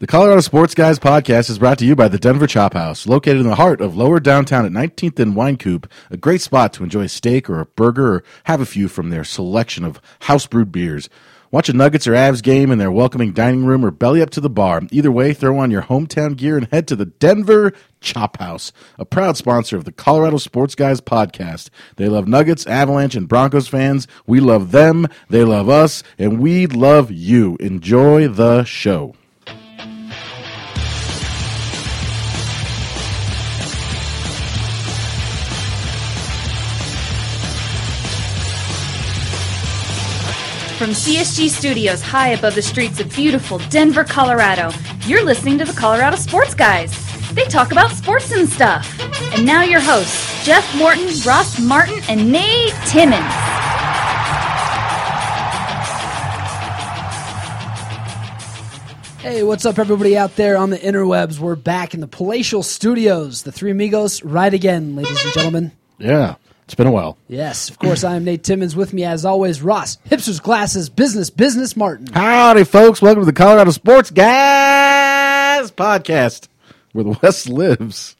The Colorado Sports Guys podcast is brought to you by the Denver Chop House, located in the heart of Lower Downtown at 19th and Wine Coop, a great spot to enjoy a steak or a burger or have a few from their selection of house brewed beers. Watch a Nuggets or Avs game in their welcoming dining room or belly up to the bar. Either way, throw on your hometown gear and head to the Denver Chop House, a proud sponsor of the Colorado Sports Guys podcast. They love Nuggets, Avalanche, and Broncos fans. We love them, they love us, and we love you. Enjoy the show. From CSG Studios, high above the streets of beautiful Denver, Colorado, you're listening to the Colorado Sports Guys. They talk about sports and stuff. And now your hosts, Jeff Morton, Ross Martin, and Nate Timmons. Hey, what's up, everybody out there on the interwebs? We're back in the palatial studios, the three amigos, right again, ladies and gentlemen. Yeah, it's been a while. Yes, of course, I am Nate Timmons. With me, as always, Ross, Hipsters Glasses, Business, Business Martin. Howdy, folks. Welcome to the Colorado Sports Guys podcast, where the West lives.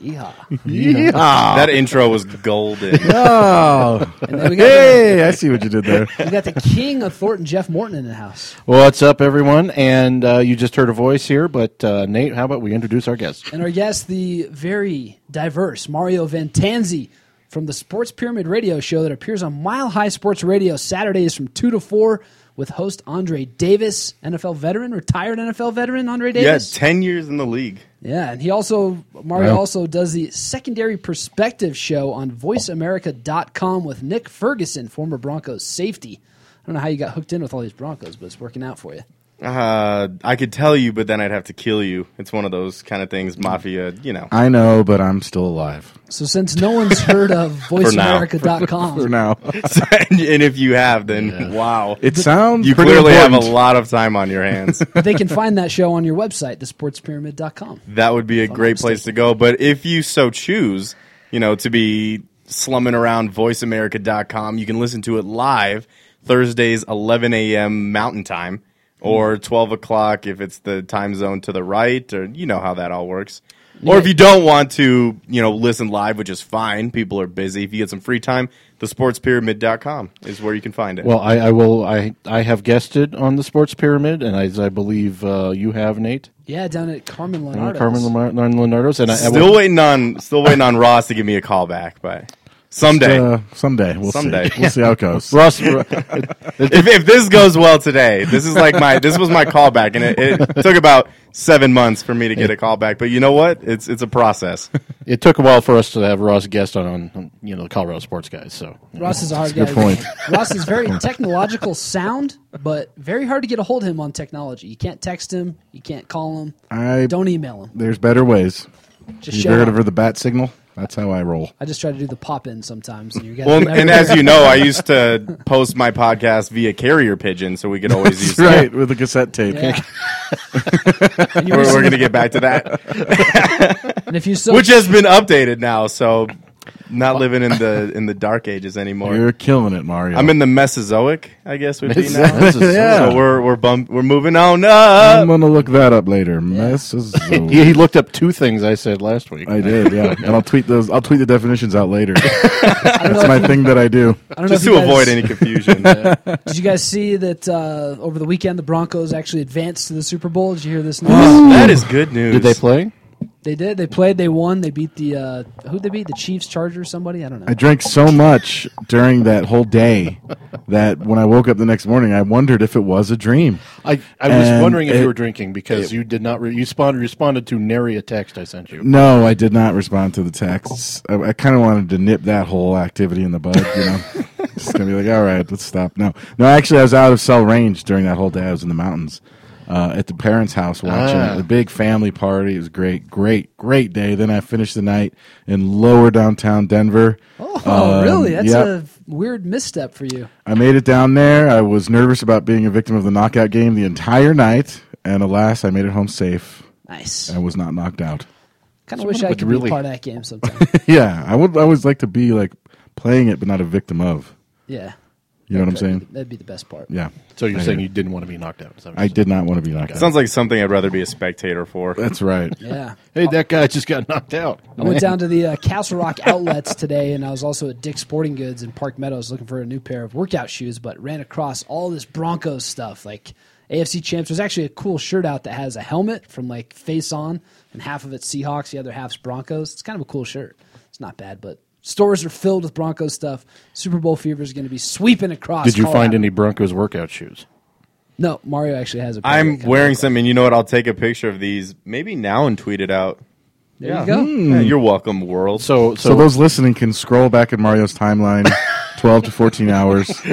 Yeehaw. Yeah. That intro was golden. And then we got, Hey, I see what you did there. the, we got the king of Thornton, Jeff Morton, in the house. What's up, everyone? And uh, you just heard a voice here, but uh, Nate, how about we introduce our guest? And our guest, the very diverse Mario Van Tanzi from the Sports Pyramid Radio Show that appears on Mile High Sports Radio Saturdays from 2 to 4 with host Andre Davis, NFL veteran, retired NFL veteran Andre yeah, Davis. ten years in the league. Yeah, and he also Mario Wow. also does the secondary perspective show on voiceamerica.com with Nick Ferguson, former Broncos safety. I don't know how you got hooked in with all these Broncos, but it's working out for you. Uh, I could tell you, but then I'd have to kill you. It's one of those kind of Hmm. things, mafia. You know, I know, but I'm still alive So since no one's heard of now. for voiceamerica.com, now. and, and if you have, then wow, It sounds you pretty clearly have a important. lot of time on your hands. they can find that show on your website, thesportspyramid.com. that would be a great place to go. But if you so choose, you know, to be slumming around voiceamerica.com, you can listen to it live Thursdays, 11 a.m. Mountain Time, or Hmm. 12 o'clock if it's the time zone to the right, or you know how that all works. Or if you don't want to, you know, listen live, which is fine. People are busy. If you get some free time, thesportspyramid.com is where you can find it. Well, I, I will. I I have guested on the Sports Pyramid, and as I believe uh, you have, Nate, uh, Yeah, down at Carmen Leonardo's. Carmen Lamar- Leonardo, Leonardo's, and I, I will- still waiting on still waiting on Ross to give me a call back, but someday. Uh, someday. We'll Someday. see. We'll see how it goes. Ross. Ro- if, if this goes well today, this is like my this was my callback, and it, it took about seven months for me to get a callback. But you know what? It's it's a process. it took a while for us to have Ross guest on, on, on, you know the Colorado Sports Guys. So Ross is a hard That's a guy. good point. Ross is very technological sound, but very hard to get a hold of him on technology. You can't text him, you can't call him, I don't email him. There's better ways. Just You've show heard up. of the bat signal? That's how I roll. I just try to do the pop in sometimes, and you guys. Well, and as you know, I used to post my podcast via carrier pigeon, so we could always use. That's right, with a cassette tape. Yeah. and, you We're, we're listen- going to get back to that, and if you so, which has been updated now. So not living in the in the dark ages anymore. You're killing it, Mario. I'm in the Mesozoic, I guess would be now. This is- Yeah. So we're we're bump, we're moving on up. I'm gonna look that up later. Mesozoic. He, he looked up two things I said last week. I did, yeah. And I'll tweet those. I'll tweet the definitions out later. That's I don't know my if you- thing that I do. I don't know Just if you to guys- avoid any confusion. Did you guys see that uh, over the weekend the Broncos actually advanced to the Super Bowl? Did you hear this news? that is good news. Did they play? they did. They played. They won. They beat the uh, who? They beat the Chiefs, Chargers, somebody. I don't know. I drank so much during that whole day that when I woke up the next morning, I wondered if it was a dream. I, I was And wondering if it- you were drinking because you did not. Re- you responded responded to nary a text I sent you. No, I did not respond to the texts. I, I kind of wanted to nip that whole activity in the bud, you know. Just gonna be like, all right, let's stop. No, no. Actually, I was out of cell range during that whole day. I was in the mountains uh, at the parents' house watching Ah. it. The big family party. It was great, great, great day. Then I finished the night in lower downtown Denver. Oh, Um, really? That's yep. a weird misstep for you. I made it down there. I was nervous about being a victim of the knockout game the entire night, and alas, I made it home safe. Nice. I was not knocked out. Kind of wish I would could be really- a part of that game sometime. yeah, I would. I always like to be like playing it, but not a victim of. yeah. You know what I'm saying? That'd be the best part. Yeah. So you're I saying hear you didn't want to be knocked out? Is that what I you're did not want to be knocked out. Sounds like something I'd rather be a spectator for. That's right. Yeah. saying? Hey, that guy just got knocked out. I went down to the uh, Castle Rock outlets today, and I was also at Dick's Sporting Goods in Park Meadows looking for a new pair of workout shoes, but ran across all this Broncos stuff, like AFC champs. There's actually a cool shirt out that has a helmet from like face on, and half of it's Seahawks, the other half's Broncos. It's kind of a cool shirt. It's not bad, but stores are filled with Broncos stuff. Super Bowl fever is going to be sweeping across. Did you find Colorado. any Broncos workout shoes? No, Mario actually has a. pair that I'm kinda wearing look like- some, and you know what? I'll take a picture of these maybe now and tweet it out. There you go. Hmm. Yeah, you're welcome, world. So, so, So those listening can scroll back in Mario's timeline, twelve to fourteen hours,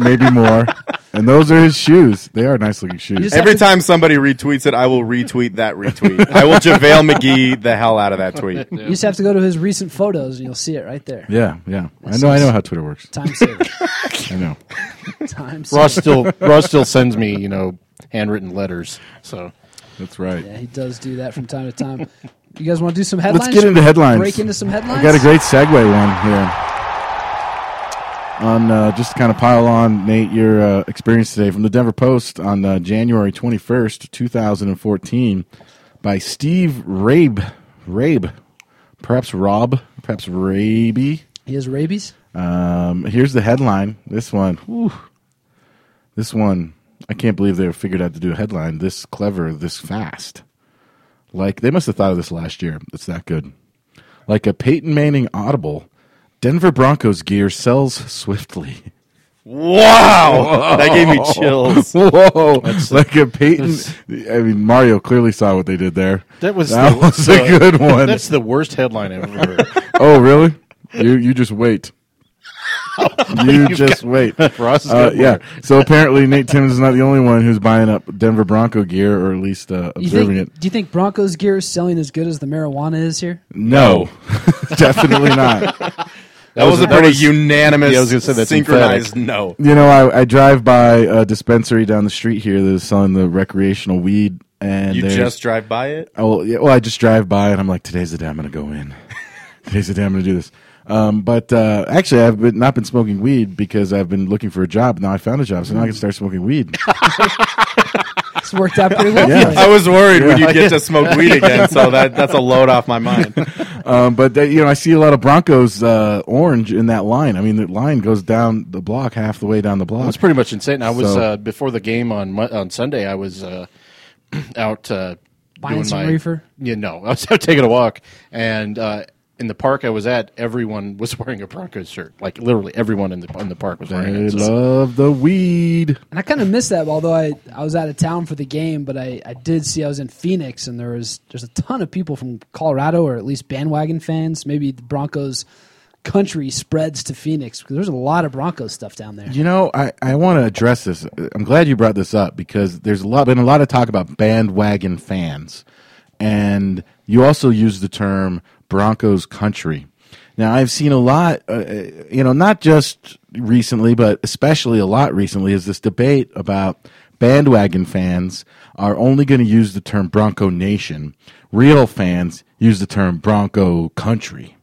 maybe more. And those are his shoes. They are nice looking shoes. just- every time somebody retweets it, I will retweet that retweet. I will JaVale McGee the hell out of that tweet. You just have to go to his recent photos, and you'll see it right there. yeah, yeah. I know. I know how Twitter works. Time saver. I know. Time saver. Ross still Ross still sends me you know handwritten letters. So That's right. Yeah, he does do that from time to time. You guys want to do some headlines? Let's get into Should we headlines. Break into some headlines. I got a great segue one here. On uh, just to kind of pile on, Nate, your uh, experience today from the Denver Post on uh, January twenty first, two thousand and fourteen, by Steve Rabe, Rabe, perhaps Rob, perhaps Raby. He has rabies. Um, here's the headline. This one. whew. This one. I can't believe they figured out to do a headline this clever, this fast. Like they must have thought of this last year. It's that good. Like a Peyton Manning audible, Denver Broncos gear sells swiftly. Wow, that gave me chills. Whoa! like a Peyton. I mean, Mario clearly saw what they did there. that was that the- was the- a good one. That's the worst headline I've ever heard. oh, really? You you just wait. Oh, you just wait. Ross is Uh, good yeah. work. So apparently, Nate Timmons is not the only one who's buying up Denver Bronco gear, or at least uh, You observing think, it. do you think Broncos gear is selling as good as the marijuana is here? No, definitely not. That was a that pretty was- unanimous, yeah, I was gonna say that's Mm, synchronized no. You know, I, I drive by a dispensary down the street here that is selling the recreational weed, and You there's- just drive by it? Oh yeah, well, I just drive by and I'm like, today's the day I'm gonna go in. today's the day I'm gonna do this. Um, but uh, actually, I've been, not been smoking weed because I've been looking for a job. Now I found a job, so now I can start smoking weed. It's worked out pretty well. Yeah. for I you. was worried when you get to smoke weed again, so that, that's a load off my mind. um, but that, you know, I see a lot of Broncos uh, orange in that line. I mean, the line goes down the block, half the way down the block. That's pretty much insane. I was So- uh, before the game on Mon- on Sunday. I was uh, out uh, Buying doing some my- reefer? Yeah, no, I was out taking a walk, and uh, in the park I was at, everyone was wearing a Broncos shirt. Like literally everyone in the in the park was wearing I it. So- love the weed. And I kind of missed that, although I, I was out of town for the game, but I, I did see I was in Phoenix, and there was there's a ton of people from Colorado, or at least bandwagon fans. Maybe the Broncos country spreads to Phoenix because there's a lot of Broncos stuff down there. You know, I, I want to address this. I'm glad you brought this up because there's a lot been a lot of talk about bandwagon fans, and you also use the term Broncos country. Now, I've seen a lot, uh, uh, you know, not just recently, but especially a lot recently, is this debate about bandwagon fans are only going to use the term Bronco Nation. Real fans use the term Bronco Country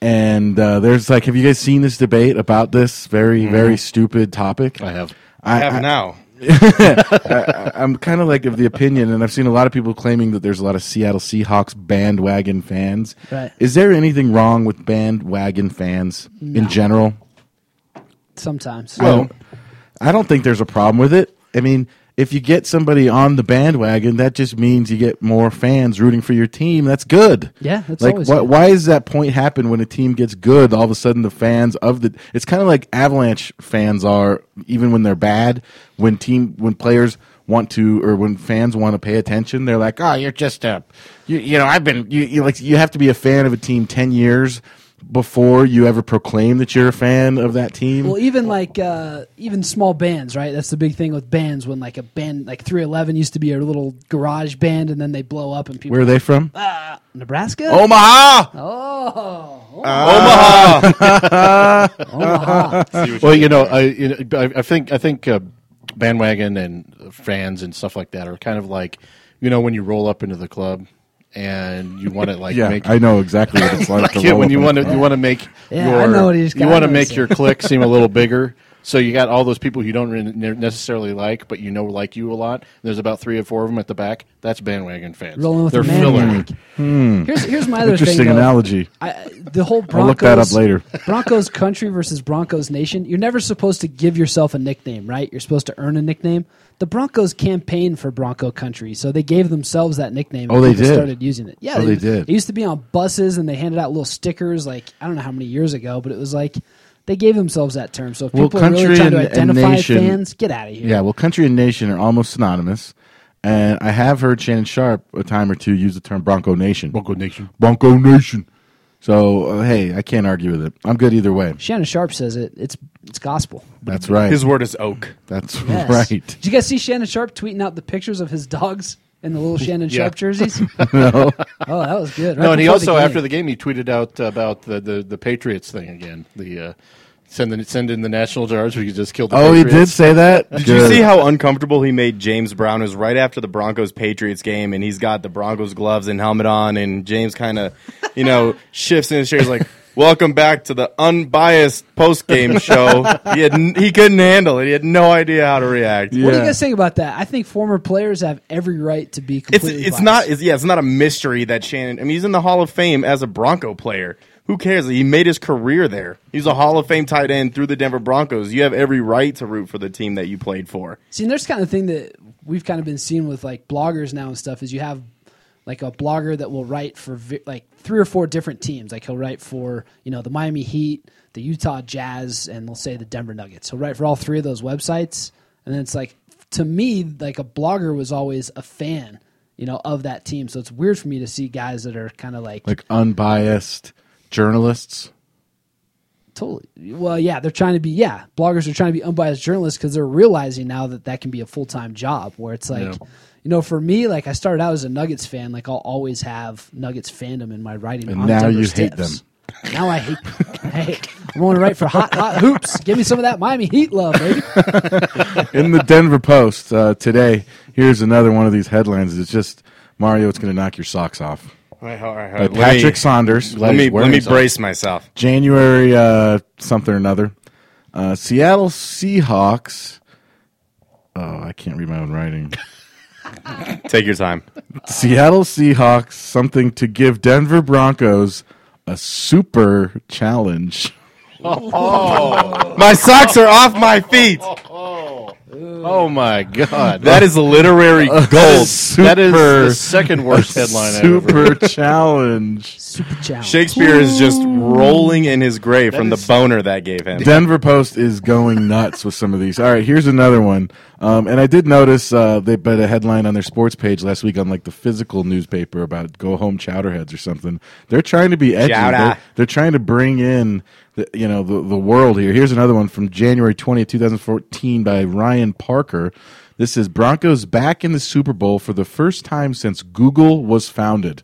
and uh, there's like, have you guys seen this debate about this very, very stupid topic? I have. I have now. I'm kind of like of the opinion, and I've seen a lot of people claiming that there's a lot of Seattle Seahawks bandwagon fans. Right. Is there anything wrong with bandwagon fans in general? Sometimes. I don't, I don't think there's a problem with it. I mean, if you get somebody on the bandwagon, that just means you get more fans rooting for your team. That's good. Yeah, that's like always why, good. why does that point happen when a team gets good? All of a sudden, the fans of the it's kind of like Avalanche fans are even when they're bad. When team when players want to or when fans want to pay attention, they're like, oh, you're just a you, you know I've been you, you like you have to be a fan of a team ten years before you ever proclaim that you're a fan of that team. Well, even like uh, even small bands, right? That's the big thing with bands. When like a band, like Three Eleven, used to be a little garage band, and then they blow up, and people Where Oh! are they from? Nebraska. Omaha. Oh. Well, you know, I you know, I I think I think uh, bandwagon and fans and stuff like that are kind of like, you know, when you roll up into the club and you want to like Yeah, make I know exactly what it's like. like it when you want to you want to make Yeah, I your know what he's got. you want I to know make what your click seem a little bigger. So you got all those people you don't re- ne- necessarily like, but you know like you a lot. There's about three or four of them at the back. That's bandwagon fans. Rolling with They're the man filler. back. Here's here's my other Hmm. Interesting thing, though. analogy. I, the whole Broncos, I'll look that up later. Broncos country versus Broncos nation. You're never supposed to give yourself a nickname, right? You're supposed to earn a nickname. The Broncos campaigned for Bronco country, so they gave themselves that nickname. and Oh, they people did? Started using it. Yeah, Oh, they did. It used to be on buses, and they handed out little stickers. Like I don't know how many years ago, but it was like they gave themselves that term. So if Well, people are really country trying to and- and identify nation- fans, get out of here. Yeah, well, country and nation are almost synonymous, and I have heard Shannon Sharp a time or two use the term Bronco Nation. Bronco Nation. Bronco Nation. So uh, hey, I can't argue with it. I'm good either way. Shannon Sharp says it. It's it's gospel. That's right. His word is oak. That's Yes. right. Did you guys see Shannon Sharp tweeting out the pictures of his dogs in the little Shannon Yeah. Sharp jerseys? No. Oh, that was good. Right No, and he before also game. after the game he tweeted out about the, the, the Patriots thing again. The uh, send the, send in the national guards. We could just kill. the Oh, he did Patriots. say that. Did you see how uncomfortable he made James Brown? It was right after the Broncos Patriots game, and he's got the Broncos gloves and helmet on, and James kind of, you know, shifts in his chair. He's like, "Welcome back to the unbiased post game show." He had n- he couldn't handle it. He had no idea how to react. What do Yeah. you guys think about that? I think former players have every right to be It's completely. it's biased. not it's, yeah it's not a mystery that Shannon. I mean, he's in the Hall of Fame as a Bronco player. Who cares? He made his career there. He's a Hall of Fame tight end through the Denver Broncos. You have every right to root for the team that you played for. See, and there's kind of thing that we've kind of been seeing with like bloggers now and stuff is you have like a blogger that will write for vi- like three or four different teams. Like he'll write for you know the Miami Heat, the Utah Jazz, and they'll say the Denver Nuggets. He'll write for all three of those websites, and then it's like to me like a blogger was always a fan, you know, of that team. So it's weird for me to see guys that are kind of like unbiased journalists? Totally. Well, yeah, they're trying to be. Yeah, bloggers are trying to be unbiased journalists because they're realizing now that that can be a full time job. Where it's like, Yeah. you know, for me, like I started out as a Nuggets fan. Like I'll always have Nuggets fandom in my writing. And on now Denver you hate Stiffs. Now I hate. I hate. I want to write for hot hot hoops. Give me some of that Miami Heat love, baby. In the Denver Post uh, today, here's another one of these headlines. It's just Mario. It's going to knock your socks off. All right, all right, all By right. Let me- Uh, Patrick Saunders. Let me let wearing me something. brace myself. January uh, something or another. Uh, Seattle Seahawks. Oh, I can't read my own writing. Take your time. Seattle Seahawks something to give Denver Broncos a super challenge. My socks are off my feet. Oh my god, That is literary gold. that is super- the second worst headline. I've ever Super challenge. Super challenge. Shakespeare is just rolling in his grave from the boner that gave him. Denver Post is going nuts with some of these. All right, here's another one. Um, and I did notice uh, they put a headline on their sports page last week on like the physical newspaper about go home chowderheads or something. They're trying to be edgy. Chowder. They're, they're trying to bring in the, you know the, the world here. Here's another one from January 20th, 2014 by Ryan Parker. This is Broncos back in the Super Bowl for the first time since Google was founded.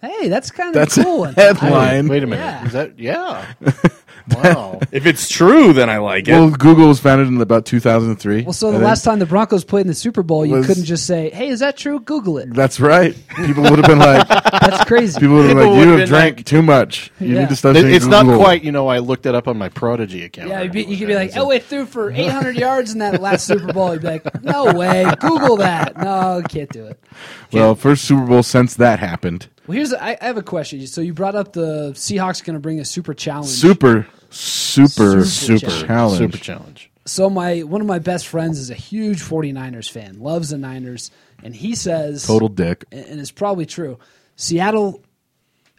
Hey, that's kind of That's a cool a one. headline. Wait, wait a minute. Yeah. Is that yeah? wow. If it's true, then I like it. Well, Google was founded in about 2003. Well, so the And then- last time the Broncos played in the Super Bowl, you Was- couldn't just say, "Hey, is that true?" Google it. That's right. People would have been like, That's crazy. People would have been People like, would you have have been drank like- too much. You Yeah. need to stop It- drinking it's not Google." quite. You know, I looked it up on my Prodigy account. Yeah, or you'd be, you whatever could be that like, Elway is. threw for 800 yards in that last Super Bowl. You'd be like, no way. Google that. No, can't do it. Well, first Super Bowl since that happened. Well, here's I, I have a question. So you brought up the Seahawks going to bring a super challenge. Super, super, Super super challenge. challenge. super challenge. So my one of my best friends is a huge 49ers fan, loves the Niners, and he says Total dick. and and it's probably true. Seattle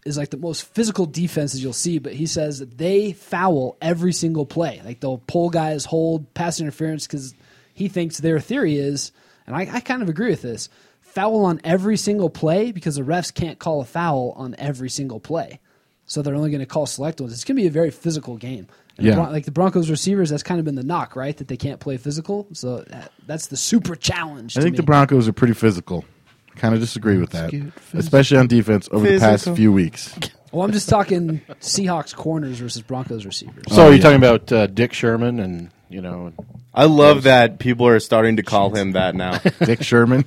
is like the most physical defenses you'll see, but he says that they foul every single play. Like they'll pull guys, hold, pass interference, because he thinks their theory is, and I, I kind of agree with this foul on every single play because the refs can't call a foul on every single play. So they're only going to call select ones. It's going to be a very physical game. And the Yeah. Bron- like the Broncos receivers, that's kind of been the knock, right? That they can't play physical. So that, that's the super challenge. I to think me. the Broncos are pretty physical. Kind of disagree with that, especially on defense over the past Physical. few weeks. Well, I'm just talking Seahawks corners versus Broncos receivers. So you're talking about uh, Dick Sherman and you know I love that people are starting to call him that now. Dick Sherman.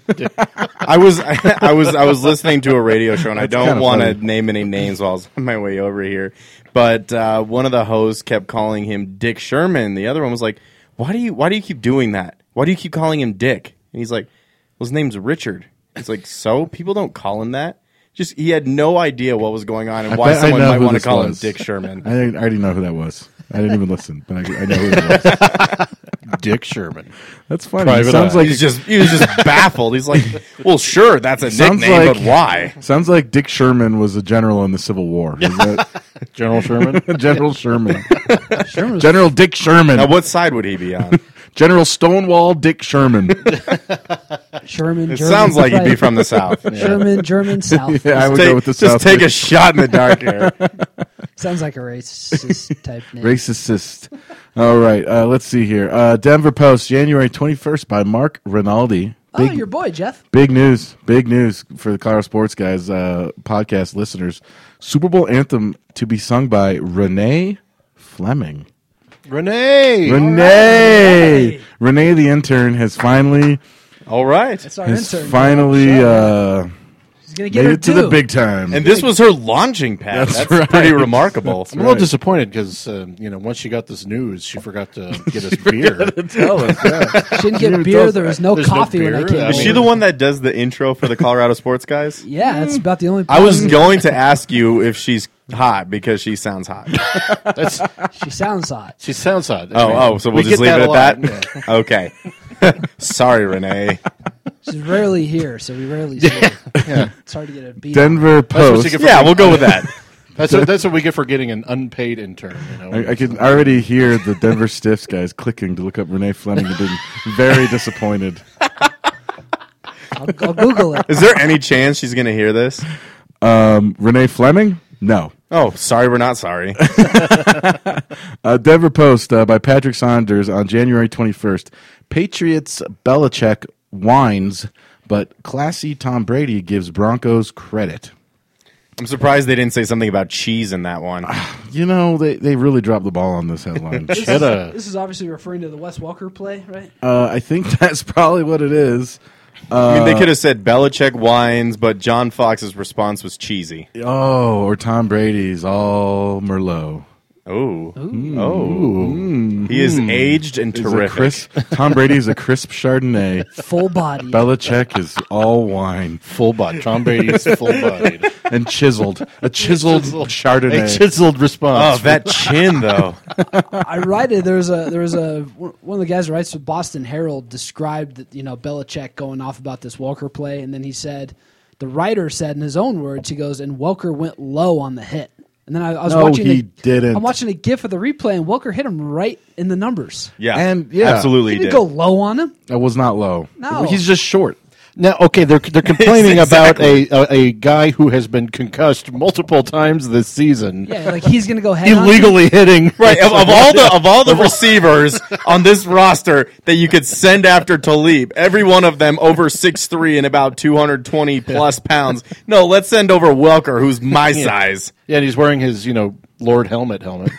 I was I, was I was listening to a radio show, and I don't kinda want to funny. name any names while I was on my way over here. But uh, one of the hosts kept calling him Dick Sherman. The other one was like, why do you why do you keep doing that? Why do you keep calling him Dick? And he's like, well, his name's Richard. It's like, so people don't call him that. Just he had no idea what was going on and I why bet I someone know might who want to this call was. him Dick Sherman. I, didn't- I already know who that was. I didn't even listen, but I, I know who it was. Dick Sherman. That's funny. Private sounds Eye. like He's just he was just baffled. He's like, well, sure, that's a Sounds nickname, like- but why? sounds like Dick Sherman was a general in the Civil War. Is that- General Sherman. general Sherman, Sherman was General Dick Sherman, Now, what side would he be on? General Stonewall Dick Sherman. Sherman. It German, sounds like he'd be right. from the south. Sherman, German South. Yeah, I would Take- go with the just South. take a shot in the dark here. Sounds like a racist type name. Racist. All right, uh, let's see here. Uh, Denver Post, January 21st by Mark Rinaldi. Oh, Big, your boy Jeff. big news. Big news for the Colorado Sports Guys uh, podcast listeners. Super Bowl anthem to be sung by Renee Fleming. Renee! Renee. Renee! Renee, the intern, has finally All right. That's our has intern. finally Shout out. uh, He's gonna get made her it to due. the big time. And this was her launching pad. That's That's, right. pretty remarkable. I'm a little disappointed because um, you know once she got this news, she forgot to get us beer. She didn't get even beer. tell There was no There's no coffee when I beer? came. Yeah. Is over. she the one that does the intro for the Colorado sports guys? Yeah, that's about the only. I was going to ask you if she's hot because she sounds hot. That's, She sounds hot. she sounds odd. Oh, oh, so we'll just leave it at that? Okay. Sorry, Renee. She's rarely here, so we rarely see her. It's hard to get a beat. Denver what she Post. could- Yeah, we'll go with that. That's what, that's what we get for getting an unpaid intern. You know, I, I can already hear the Denver Stiffs guys clicking to look up Renee Fleming and being very disappointed. I'll, I'll Google it. Is there any chance she's going to hear this? Renee Fleming? No. Oh, sorry, we're not sorry. Uh, Denver Post uh, by Patrick Saunders on January 21st. Patriots Belichick whines, but classy Tom Brady gives Broncos credit. I'm surprised they didn't say something about cheese in that one. You know, they, they really dropped the ball on this headline. This is, Cheddar. this is obviously referring to the Wes Walker play, right? uh, I think that's probably what it is. I mean, Uh, they could have said Belichick wines, but John Fox's response was cheesy. Oh, or Tom Brady's all Merlot. Oh. Oh. He is aged and He's a terrific. crisp- Tom Brady's a crisp Chardonnay. Full body. Belichick is all wine full butt. Tom Brady is full bodied. and chiseled. A chiseled, A Chardonnay. chiseled Oh, response. that chin though. I write it. There's a there's a one of the guys who writes the Boston Herald described that you know Belichick going off about this Walker play, and then he said the writer said in his own words, he goes, and Welker went low on the hit, and then I, I was No, watching. he a- didn't. I'm watching a GIF of the replay, and Welker hit him right in the numbers. Yeah, And, yeah. absolutely He did. didn't go low on him. That was not low. No. He's just short. Now, okay, they're they're complaining about a, a a guy who has been concussed multiple times this season, Yeah, like he's gonna go head on. illegally hitting. Right of, of all the of all the receivers on this roster that you could send after Talib, every one of them over six three and about two hundred twenty plus pounds. No, let's send over Welker, who's my size. Yeah, and he's wearing his you know Lord helmet helmet.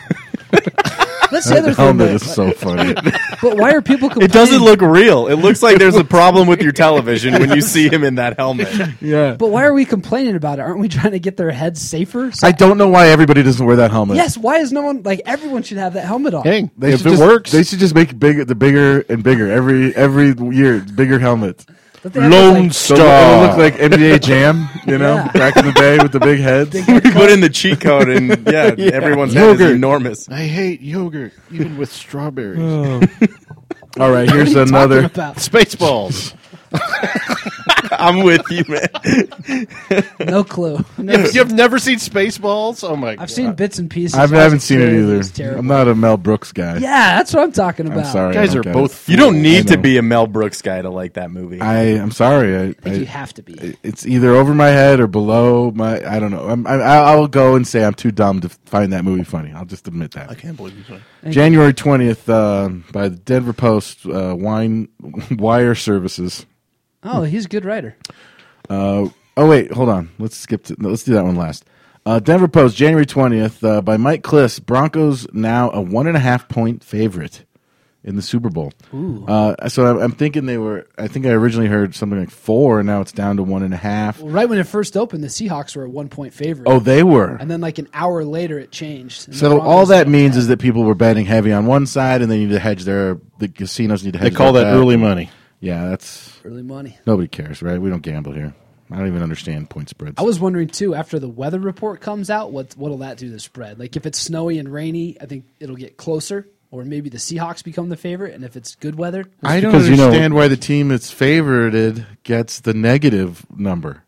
That's the other thing. Helmet Though. is so funny. But why are people complaining? It doesn't look real. It looks like there's a problem with your television when you see him in that helmet. yeah. But why are we complaining about it? Aren't we trying to get their heads safer? So- I don't know why everybody doesn't wear that helmet. yes. Why is no one like everyone should have that helmet on? Hey, They if should it just- works, They should just make big the bigger and bigger every every year. Bigger helmet. Don't they have those, Lone like, So it'll Star. look like NBA Jam, you know, Yeah. back in the day with the big heads. We put in the cheat code, and yeah, everyone's head is Yogurt. enormous. I hate yogurt, even with strawberries. All right, here's What are you talking another. about? Spaceballs. I'm with you, man. No clue. No, You've, you've never seen Spaceballs? Oh my! I've seen bits and pieces. I but haven't seen it scared. either. was terrible. I'm not a Mel Brooks guy. yeah, that's what I'm talking about. I'm sorry. I guys don't are get both. it. You don't fools. need I to know. be a Mel Brooks guy to like that movie. I I'm sorry. I, I I, think you have to be. it's either over my head or below my. I don't know. I'm, I I will go and say I'm too dumb to find that movie funny. I'll just admit that. I can't believe you. said- January twentieth uh, by the Denver Post uh, Wine Wire Services. Oh, he's a good writer. Uh, oh wait, hold on. Let's skip. To, no, let's do that one last. Uh, Denver Post, January twentieth, uh, by Mike Kliss. Broncos now a one and a half point favorite in the Super Bowl. Uh, so I'm, I'm thinking they were. I think I originally heard something like four, and now it's down to one and a half. Well, right when it first opened, the Seahawks were a one point favorite. Oh, they were. and then like an hour later, it changed. And the So Broncos all that won. means is that people were betting heavy on one side, and they need to hedge their. The casinos need to They hedge. call their that bet. early money. Yeah, that's early money. nobody cares, right? We don't gamble here. I don't even understand point spreads. I was wondering too. After the weather report comes out, what what'll that do to the spread? Like if it's snowy and rainy, I think it'll get closer, or maybe the Seahawks become the favorite. And if it's good weather, I don't because, you know- understand why the team that's favorited gets the negative number.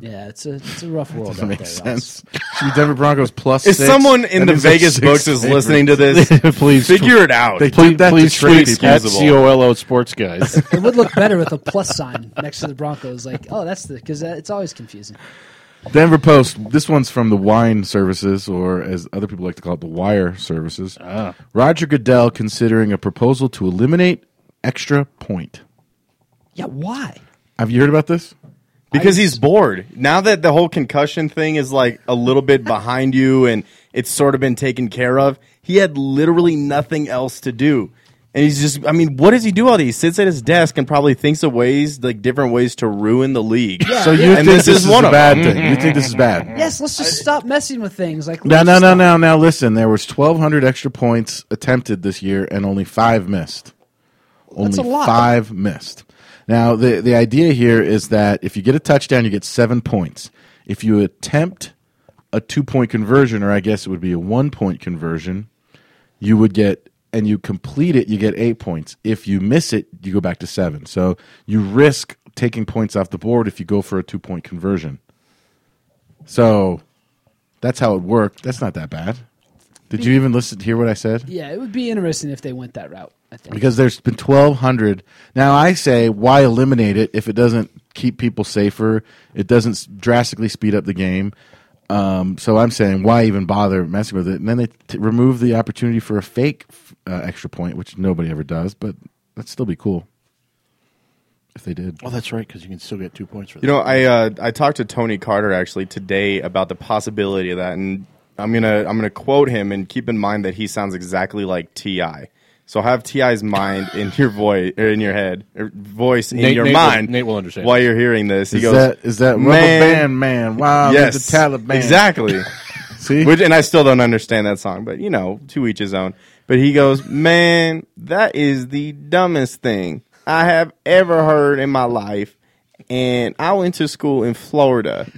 yeah, it's a it's a rough world. Doesn't out make there, sense. Should be Denver Broncos plus. If six, someone in and the it's like Vegas six books is favorites. listening to this, Please tw- figure it out. They Please, did that please to trade tweet at excusable. COLO Sports Guys. Ross. It would look better with a plus sign next to the Broncos. Like, oh, that's the because it's always confusing. Denver Post. This one's from the Wine Services, or as other people like to call it, the Wire Services. Ah. Roger Goodell considering a proposal to eliminate extra point. Yeah, why? Have you heard about this? because he's bored. Now that the whole concussion thing is like a little bit behind you and it's sort of been taken care of, he had literally nothing else to do. And he's just I mean, what does he do all day? He sits at his desk and probably thinks of ways like different ways to ruin the league. So you And think this, is, one a of bad them. Mm-hmm. thing? You think this is bad? Yes, let's just stop messing with things. Like, No, let's no, just no, stop. no, no. Listen, there was twelve hundred extra points attempted this year, and only five missed. Only a lot. five missed. Now, the the idea here is that if you get a touchdown, you get seven points. If you attempt a two point conversion, or I guess it would be a one point conversion, you would get and you complete it, you get eight points. If you miss it, you go back to seven. So you risk taking points off the board if you go for a two point conversion. So that's how it worked. That's not that bad. Did you even listen hear what I said? Yeah, it would be interesting if they went that route. I think. Because there's been 1,200. Now I say, why eliminate it if it doesn't keep people safer? It doesn't s- drastically speed up the game. Um, so I'm saying, why even bother messing with it? And then they t- remove the opportunity for a fake f- uh, extra point, which nobody ever does, but that'd still be cool if they did. oh, that's right, because you can still get two points for that. You know, I uh, I talked to Tony Carter actually today about the possibility of that, and I'm gonna I'm gonna quote him and keep in mind that he sounds exactly like Ti. So have Ti's mind in your voice or in your head, or voice in Nate- your Nate will- mind. Nate will understand. while you're hearing this. He Is goes, that is that rubber band man? Wow, yes, the Taliban. exactly." See, Which, and I still don't understand that song, but you know, to each his own. But he goes, "Man, that is the dumbest thing I have ever heard in my life." And I went to school in Florida.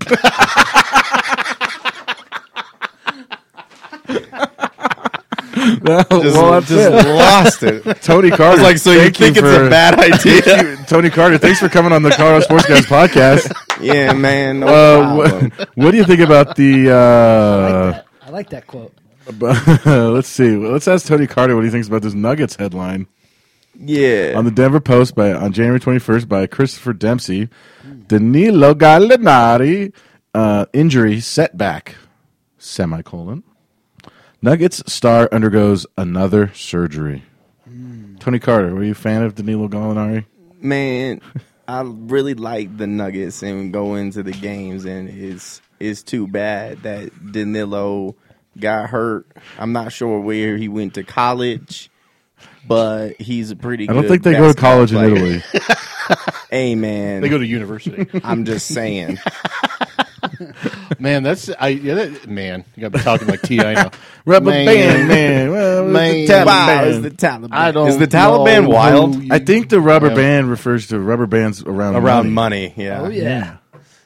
well, that's Just, just it. lost it. I Tony Carter. was like, "So you thank think it's for- a bad idea?" Tony Carter, thanks for coming on the Colorado Sports Guys podcast. yeah, man. No Uh, problem. what, what do you think about the? Uh, I like that quote. let's see. Let's ask Tony Carter what he thinks about this Nuggets headline Yeah. on the Denver Post by on January 21st by Christopher Dempsey. Danilo Gallinari uh, injury setback semicolon. Nuggets star undergoes another surgery. Hmm. Tony Carter, were you a fan of Danilo Gallinari? man, I really like the Nuggets and go into the games, and it's it's too bad that Danilo got hurt. I'm not sure where he went to college, but he's a pretty. I don't think they go to college in Italy. Hey man, they go to university. I'm just saying. man, that's I. Yeah, that, man, you got to be talking like Ti now. Rubber Man. band man. Well, Man. Taliban. wow, is the Taliban? I don't Is the Taliban know wild who I think the rubber Yeah. band refers to rubber bands around around money? Yeah. Oh yeah.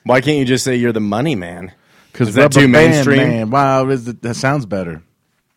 Why can't you just say you're the money man? because that rubber too band mainstream? man. Wow, is the, that sounds better.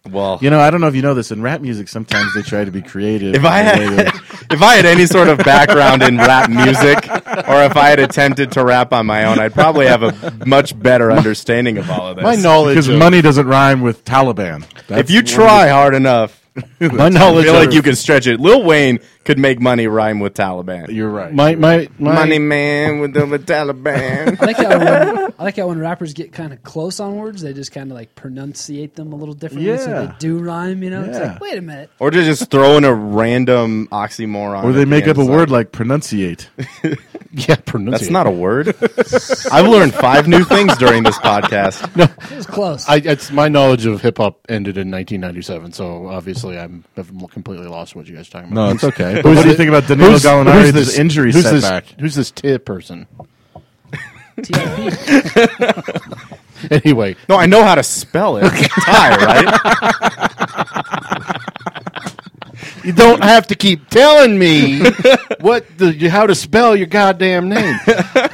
Well, You know, I don't know if you know this. In rap music, sometimes they try to be creative. If I in the way had, to- if I had any sort of background in rap music, or if I had attempted to rap on my own, I'd probably have a much better understanding of all of this. My knowledge because of, money doesn't rhyme with Taliban. That's if you try hard enough, My knowledge I feel like of- you can stretch it. Lil Wayne could make money rhyme with Taliban. You're right. My my my money man with the Taliban. I like how when, I like how when rappers get kind of close on words, they just kind of like pronunciate them a little differently, so they Yeah. do rhyme. You know, it's Yeah. like wait a minute, or to just throw in a random oxymoron. or they at the make up end. a It's word like pronunciate. yeah, pronunciate. That's not a word. I've learned five new things during this podcast. it was close. I, it's my knowledge of hip hop ended in 1997, so obviously I'm I've completely lost what you guys are talking about. No, it's okay. But what do you thi- think about Danilo who's- Gallinari's who's this- injury who's this- setback? who's this Tia person? TLP. Anyway, No, I know how to spell it. Tie, right? you don't have to keep telling me what the, how to spell your goddamn name.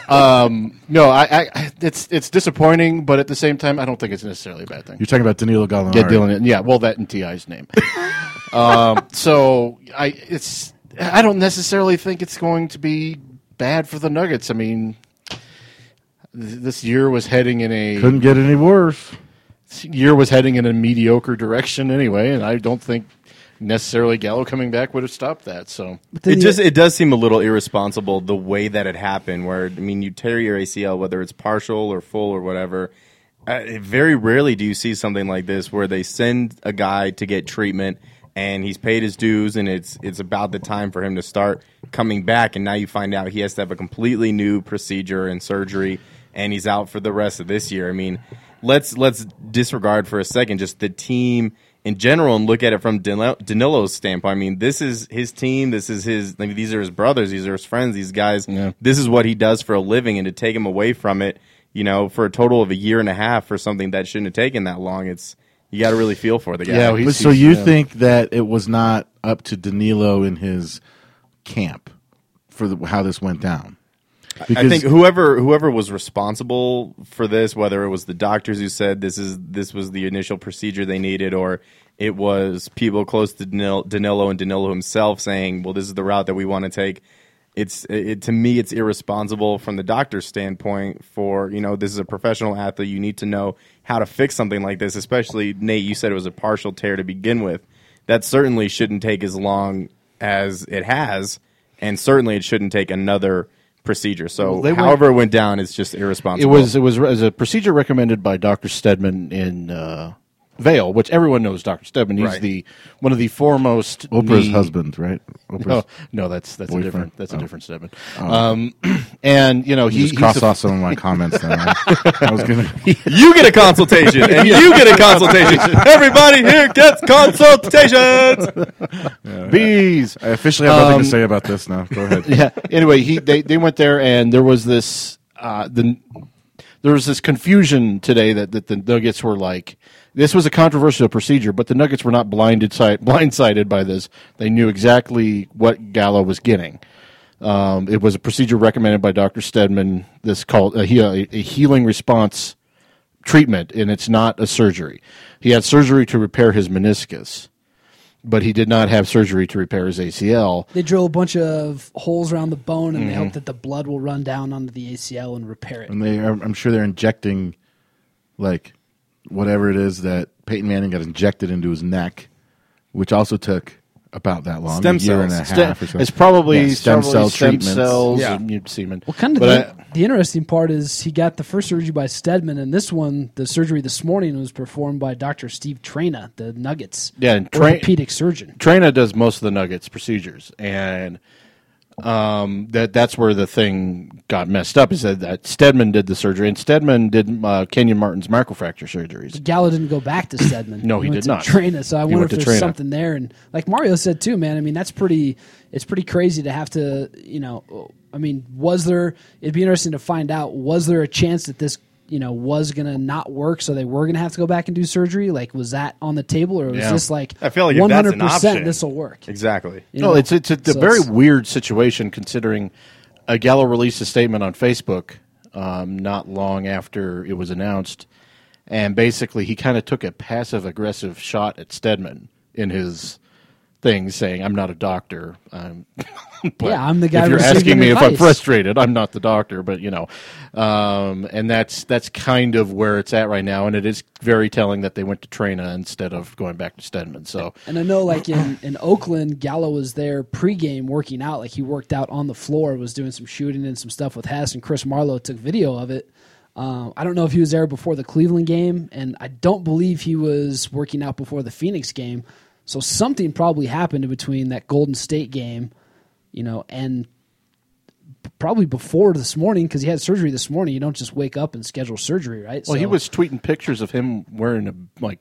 um, no, I, I- I it's it's disappointing, but at the same time, I don't think it's necessarily a bad thing. You're talking about Danilo Gallinari. Yeah, Dylan. Yeah, well, that and Ti's name. um, so I, it's I don't necessarily think it's going to be bad for the Nuggets. I mean, th- this year was heading in a Couldn't get any worse. year was heading in a mediocre direction anyway, and I don't think necessarily Gallo coming back would have stopped that. So It just it does seem a little irresponsible the way that it happened. Where I mean, you tear your ACL, whether it's partial or full or whatever. Uh, very rarely do you see something like this where they send a guy to get treatment and he's paid his dues and it's it's about the time for him to start coming back and now you find out he has to have a completely new procedure and surgery and he's out for the rest of this year. I mean, let's let's disregard for a second just the team in general and look at it from Danilo- Danilo's standpoint. I mean, this is his team. This is his. I mean, these are his brothers. These are his friends. These guys. Yeah. This is what he does for a living, and to take him away from it, you know, for a total of a year and a half for something that shouldn't have taken that long, it's you got to really feel for the guy. Yeah, Oh, he- But He's- so you yeah. think that it was not up to Danilo in his camp for the, how this went down? I think whoever whoever was responsible for this, whether it was the doctors who said this is this was the initial procedure they needed, or it was people close to Danil- Danilo and Danilo himself saying, "Well, this is the route that we want to take." It's it, to me, it's irresponsible from the doctor's standpoint. For you know, this is a professional athlete. You need to know how to fix something like this, especially Nate. You said it was a partial tear to begin with. That certainly shouldn't take as long as it has, and certainly it shouldn't take another procedure. So Well, they went- however it went down is just it irresponsible. was it was as a procedure recommended by Doctor Stedman in. Uh, Vale, which everyone knows, Doctor Stedman. He's Right. the one of the foremost Oprah's knee- husband, right? Oprah's No, no, that's that's boyfriend? a different that's Oh. a different Stedman. Um, and you know he, just he's cross the- off some of my comments. Then, right? I was gonna. you get a consultation, and you get a consultation. Everybody here gets consultations. bees. I officially have nothing Um, to say about this now. Go ahead. yeah. Anyway, he they, they went there and there was this uh, the there was this confusion today that, that the Nuggets were like this was a controversial procedure, but the Nuggets were not blinded si- blindsided by this. They knew exactly what Gallo was getting. Um, it was a procedure recommended by Doctor Stedman. This called a, he- uh, a, a healing response treatment, and it's not a surgery. He had surgery to repair his meniscus, but he did not have surgery to repair his ACL. they drill a bunch of holes around the bone, and they Mm-hmm. hope that the blood will run down onto the ACL and repair it. And they, I'm I'm sure they're injecting, like, whatever it is that Peyton Manning got injected into his neck, which also took about that long, Stem a year and a cells. half. Ste- or so. it's probably Uh-huh. Yeah, stem cell stem treatments. cells Yeah. and you'd semen. Well, kind of But the, the interesting part is he got the first surgery by Stedman, and this one, the surgery this morning, was performed by Doctor Steve Traina, the Nuggets, Yeah, and Tra- orthopedic surgeon. Trina does most of the Nuggets procedures, and um, that that's where the thing got messed up. Is that, that Stedman did the surgery, and Stedman did uh, Kenyon Martin's microfracture surgeries. Gallo didn't go back to Stedman. No, he went did to not. Traina, so I He wonder if went to there's Traina. something there. And like Mario said too, man. I mean, that's pretty. It's pretty crazy to have to, you know. I mean, was there? It'd be interesting to find out. Was there a chance that this, you know, was gonna not work? So they were gonna have to go back and do surgery. Like, was that on the table, or was Yeah. this like I feel like if one that's an hundred percent option- this will work? Exactly. You No, know? it's it's a, So a very it's- weird situation considering uh, Gallo released a statement on Facebook um, not long after it was announced, and basically he kind of took a passive aggressive shot at Stedman in his things saying, "I'm not a doctor." I'm, but Yeah, I'm the guy If you're receiving asking me if I'm advice. frustrated, I'm not the doctor, but you know, um, and that's that's kind of where it's at right now, and it is very telling that they went to Trina instead of going back to Stedman. So And I know, like in, in Oakland, Gallo was there pregame working out. Like he worked out on the floor, was doing some shooting and some stuff with Hess, and Chris Marlowe took video of it. Um, I don't know if he was there before the Cleveland game, and I don't believe he was working out before the Phoenix game. So something probably happened in between that Golden State game, you know, and probably before this morning because he had surgery this morning. You don't just wake up and schedule surgery, right? Well, he So- was tweeting pictures of him wearing a like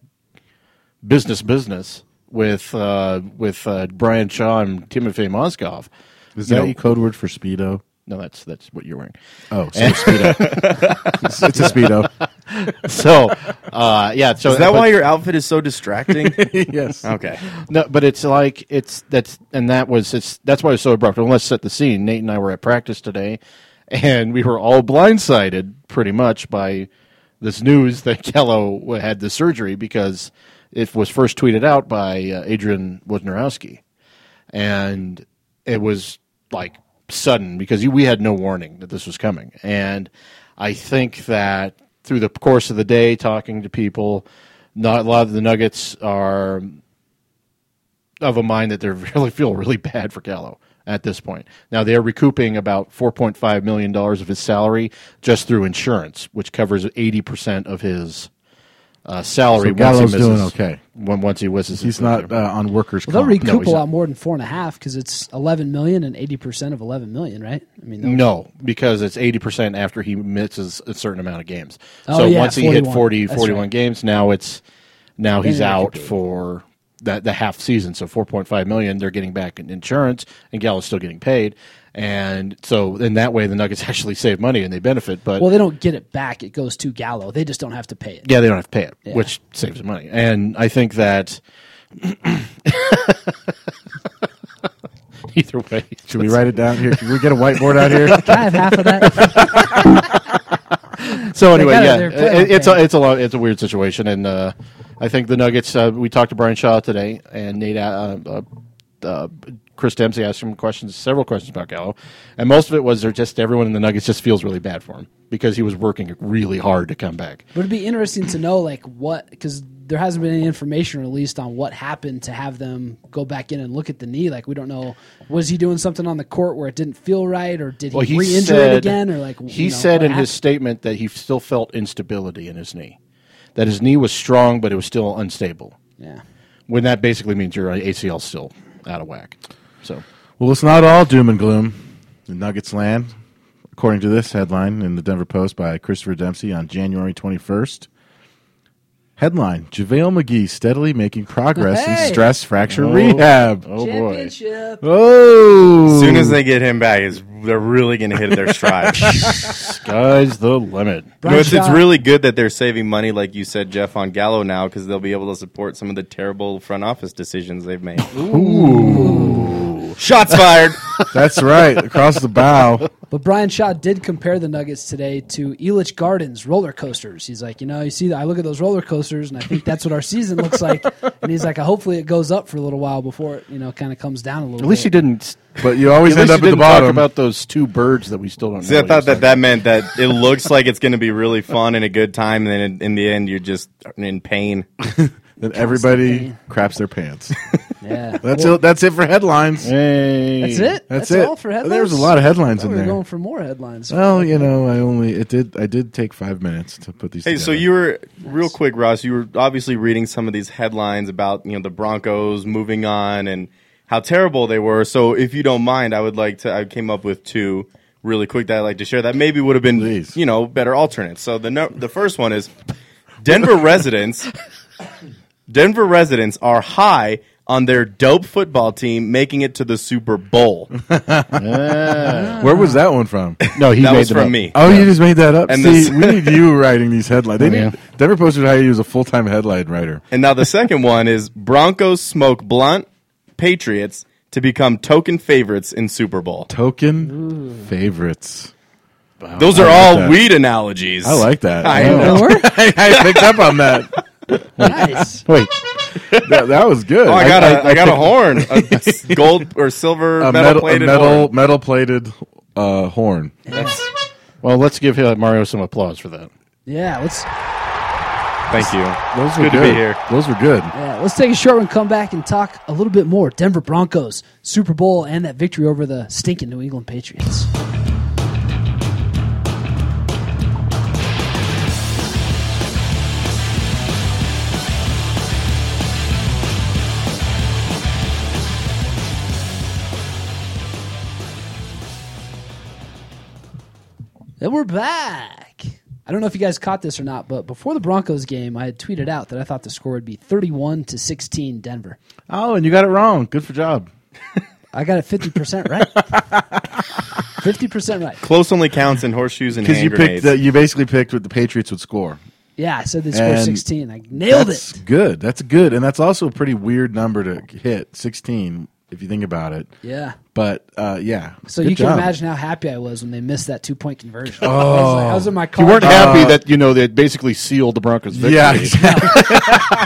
business business with uh, with uh, Brian Shaw and Timofey Mozgov. Is You that know- code word for speedo? No, that's that's what you're wearing. Oh, so speedo. it's, it's a speedo. So, uh, yeah. So Is that but- why your outfit is so distracting? yes. okay. No, but it's like it's that's and that was it's that's why it's so abrupt. And let's set the scene. Nate and I were at practice today, and we were all blindsided pretty much by this news that Kello had the surgery because it was first tweeted out by uh, Adrian Wojnarowski, and it was like sudden because you- we had no warning that this was coming. And I think that through the course of the day, talking to people, not a lot of the Nuggets are of a mind that they really feel really bad for Gallo at this point. Now they are recouping about four point five million dollars of his salary just through insurance, which covers eighty percent of his uh, salary. So once he Gallo's doing misses- okay. When once he misses, his He's not surgery. uh, on workers' Well, they'll comp. No, recoup he's a not. lot more than four and a half because it's eleven million and eighty percent of eleven million, right? I mean, they'll- No, because it's 80% after he misses a certain amount of games. Oh, so yeah, once he hit 41. 40, That's 41 right. games, now it's now he's Then they out can do it. for that the half season. So 4.5 million they're getting back in insurance and Gallo's still getting paid. And so in that way the Nuggets actually save money and they benefit, but well, they don't get it back; it goes to Gallo. They just don't have to pay it. yeah, they don't have to pay it, which saves them money. And I think that either way, Should we write it down here? Can we get a whiteboard out here? Can I have half of that? So anyway, gotta- yeah, they're playoff it, it's a fans. it's a lot, it's a weird situation, and uh, I think the Nuggets. Uh, we talked to Brian Shaw today, and Nate, uh, uh, uh, Chris Dempsey asked him questions, several questions about Gallo, and most of it was they're just everyone in the Nuggets just feels really bad for him because he was working really hard to come back. Would it be interesting to know, like, what? Because there hasn't been any information released on what happened to have them go back in and look at the knee. Like, we don't know was he doing something on the court where it didn't feel right, or did he, Well, he re-injure said, it again, or like he you know, said what in his happened? statement that he still felt instability in his knee, that his knee was strong but it was still unstable. yeah. When that basically means your ACL is still out of whack. So. Well, it's not all doom and gloom in Nuggets land, according to this headline in the Denver Post by Christopher Dempsey on January 21st. Headline JaVale McGee steadily making progress Hey! in stress fracture rehab. Oh boy. Oh! As soon as they get him back, is they're really going to hit their stride. Sky's the limit. No, it's, it's Bradshaw. really good that they're saving money, like you said, Jeff, on Gallo now, because they'll be able to support some of the terrible front office decisions they've made. Ooh. Shots fired. That's right, across the bow. But Brian Shaw did compare the Nuggets today to Elitch Gardens roller coasters. He's like, you know, you see, I look at those roller coasters, and I think that's what our season looks like. And he's like, hopefully it goes up for a little while before it, you know, kind of comes down a little. At least he bit. didn't. But you always at end least he up at the didn't talk bottom. about those two birds that we still don't. See, know I what thought he that said. that meant that it looks like it's going to be really fun and a good time, and then in, in the end, you're just in pain. that everybody craps their pants. Yeah, That's Well, it. That's it for headlines. Hey. That's it. That's That's, it. all for headlines. There was a lot of headlines I thought in we were there. Uh, going for more headlines. Well, you know, I only it did. I did take five minutes to put these. Hey, together. so you were real quick, Ross. You were obviously reading some of these headlines about you know the Broncos moving on and how terrible they were. So, if you don't mind, I would like to. I came up with two really quick that I'd like to share. That maybe would have been Please. you know better alternates. So the no, the first one is Denver residents. Denver residents are high on their dope football team making it to the Super Bowl. Where was that one from? No, he That made was them from up. me. Oh, you just made that up. And See, this- we need you writing these headlines. They yeah. need, Denver Post would hire you as a full time headline writer. And now the second one is Broncos smoke blunt Patriots to become token favorites in Super Bowl. Token favorites. Those Oh, I are like all that. weed analogies. I like that. I Wow. know. I, I picked up on that. nice. Wait, that, that was good. Oh, I got a I I- I got a think- horn, a s- gold or silver a metal metal, a plated metal, horn. metal plated uh, horn. Well, let's give uh, Mario some applause for that. Yeah, let's Thank you. Those It's were good, to be here. Those were good. yeah, let's take a short one, come back and talk a little bit more Denver Broncos, Super Bowl, and that victory over the stinking New England Patriots. And we're back. I don't know if you guys caught this or not, but before the Broncos game, I had tweeted out that I thought the score would be 31 to 16 Denver. Oh, and you got it wrong. Good for job. I got it 50% right. 50% right. Close only counts in horseshoes and Because hand you grenades. picked, the, you basically picked what the Patriots would score. Yeah, I said they scored And 16. I nailed that's it. good. That's good, and that's also a pretty weird number to hit. Sixteen, if you think about it. Yeah. But uh, yeah. So Good you can job. imagine how happy I was when they missed that two point conversion. Oh. I, was like, I was in my car. You weren't happy that you know they basically sealed the Broncos' victory. Yeah, exactly.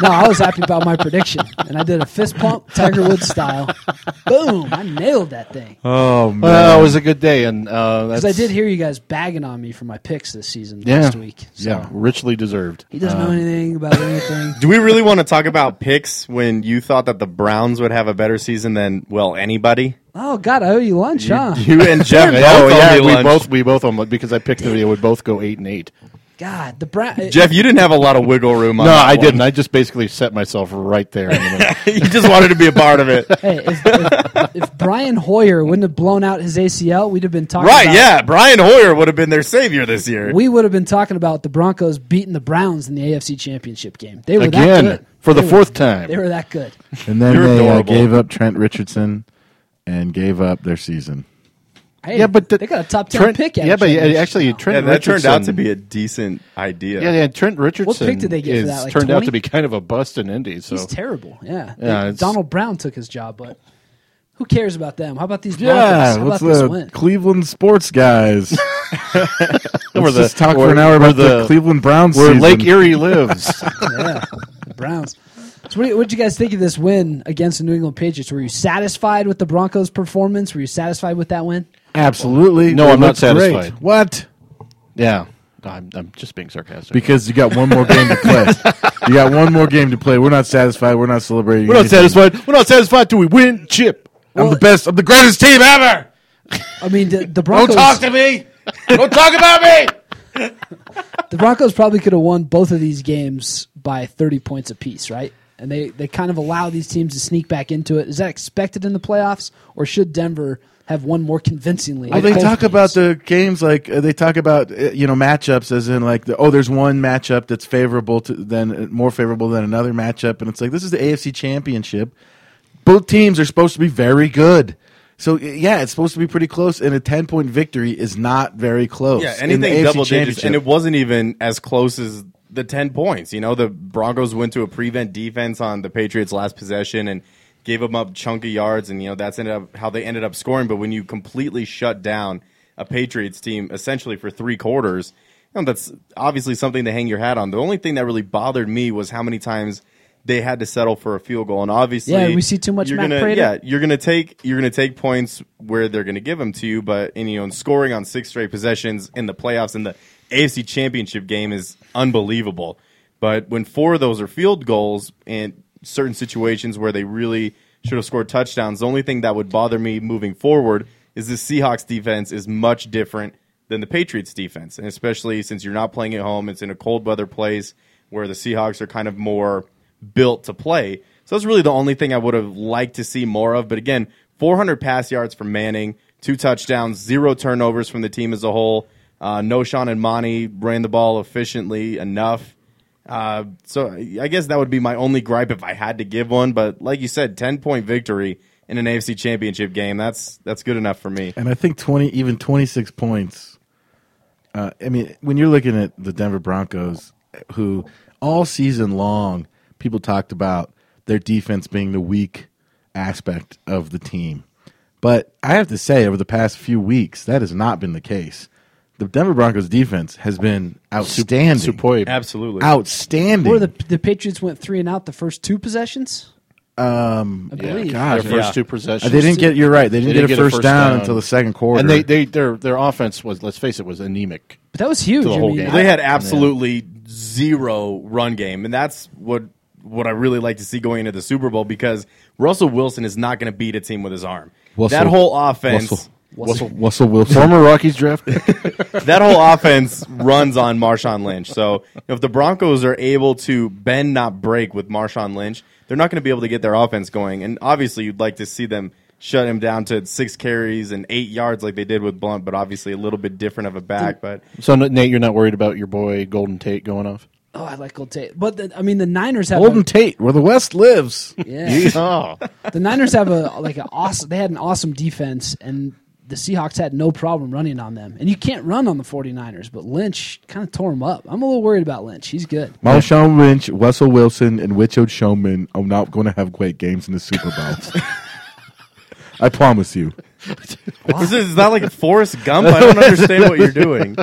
no, I was happy about my prediction. And I did a fist pump, Tiger Woods style. Boom. I nailed that thing. oh man. Well, it was a good day, and uh, that's, Because I did hear you guys bagging on me for my picks this season Yeah. last week. So Yeah, richly deserved. He doesn't know anything about anything. Do we really want to talk about picks when you thought that the Browns would have a better season than well anybody? Oh God, I owe you lunch, huh? You and Jeff both oh owe yeah, me we lunch. both we both on because I picked them. It would both go eight and eight. God, the Brown. Jeff, you didn't have a lot of wiggle room. On No, that I one. didn't. I just basically set myself right there. In the middle. you just wanted to be a part of it, Hey, if, if, if Brian Hoyer wouldn't have blown out his ACL, we'd have been talking. right? about- Yeah, Brian Hoyer would have been their savior this year. we would have been talking about the Broncos beating the Browns in the AFC Championship game. They were that Again, good for the They were- fourth time. They were that good. and then You're they uh, adorable. gave up Trent Richardson and gave up their season. Hey, Yeah, but the- they got a top ten Trent- pick. Yeah, but actually. yeah, actually, Trent yeah, that Richardson, turned out to be a decent idea. yeah, yeah. Trent Richardson. pick did they get for is- that, like turned out 20? to be kind of a bust in Indy. So he's terrible. Yeah, Yeah, They- it's- Donald Brown took his job, but who cares about them? How about these Broncos? Yeah, How what's about this the win? Cleveland sports guys? Or Let's the- just talk or- for an hour or about the, Cleveland Browns. where Lake season. Erie lives. yeah, the Browns. So, what did you guys think of this win against the New England Patriots? Were you satisfied with the Broncos' performance? Were you satisfied with that win? Absolutely. No, They I'm looked not great. satisfied. What? yeah, I'm, I'm just being sarcastic. Because you got one more game to play. You got one more game to play. We're not satisfied. We're not celebrating. we're not anything. satisfied. We're not satisfied till we win chip. I'm the best. I'm the greatest team ever. I mean, the, the Broncos. me. Don't talk about me. the Broncos probably could have won both of these games by 30 points apiece, right? And they, they kind of allow these teams to sneak back into it. Is that expected in the playoffs, or should Denver have won more convincingly? Well, they talk about the games like uh, they talk about uh, you know matchups as in like the, oh, there's one matchup that's favorable to than uh, more favorable than another matchup, and it's like this is the AFC Championship. Both teams are supposed to be very good. So uh, yeah, it's supposed to be pretty close, and a ten point victory is not very close. Yeah, in the anything AFC double digits, Championship. and it wasn't even as close as the ten points. You know, the Broncos went to a prevent defense on the Patriots' last possession and gave them up chunky yards, and you know that's ended up how they ended up scoring. But when you completely shut down a Patriots team essentially for three quarters, you know, that's obviously something to hang your hat on. The only thing that really bothered me was how many times. They had to settle for a field goal, and obviously, Yeah, we see too much you're Matt gonna- Prater. Yeah, you're gonna take you're gonna take points where they're gonna give them to you, but and, you know, and scoring on six straight possessions in the playoffs in the AFC Championship game is unbelievable. But when four of those are field goals and certain situations where they really should have scored touchdowns, the only thing that would bother me moving forward is the Seahawks defense is much different than the Patriots defense, and especially since you're not playing at home, it's in a cold weather place where the Seahawks are kind of more built to play. So that's really the only thing I would have liked to see more of. But again, 400 pass yards from Manning, two touchdowns, zero turnovers from the team as a whole. Uh, no Sean and Monty ran the ball efficiently enough. Uh, so I guess that would be my only gripe if I had to give one. But like you said, 10 point victory in an AFC Championship game that's that's good enough for me. and I think twenty, even twenty six points. Uh, I mean, when you're looking at the Denver Broncos, who all season long people talked about their defense being the weak aspect of the team, but I have to say, over the past few weeks, that has not been the case. the Denver Broncos defense has been outstanding. Superb. Absolutely. Outstanding. Or the the Patriots went three and out the first two possessions. Um, I believe. gosh, Their yeah. first two Uh, possessions. They didn't get. You're right. They didn't, get, a first, down, until the second quarter. And they, they their their offense was let's face it was anemic. but that was huge. the I whole mean, game. Well, they had absolutely zero run game, and that's what what I really like to see going into the Super Bowl because Russell Wilson is not going to beat a team with his arm. Russell. that whole offense, Russell, Russell, Russell Wilson. Former Rockies draft. that whole offense runs on Marshawn Lynch. So if the Broncos are able to bend not break with Marshawn Lynch, they're not going to be able to get their offense going. And obviously, you'd like to see them shut him down to six carries and eight yards like they did with Blunt, but obviously a little bit different of a back. But so Nate, you're not worried about your boy Golden Tate going off? Oh, I like Gold Tate, but the, I mean the Niners have Golden a, Tate, where the West lives. yeah. Oh, the Niners have a like an awesome. They had an awesome defense, and the Seahawks had no problem running on them. And you can't run on the 49ers, but Lynch kind of tore him up. I'm a little worried about Lynch. He's good. Marshawn Lynch, Russell Wilson, and Richard Showman are not going to have great games in the Super Bowl. I promise you. this is not like Forrest Gump. I don't understand what you're doing.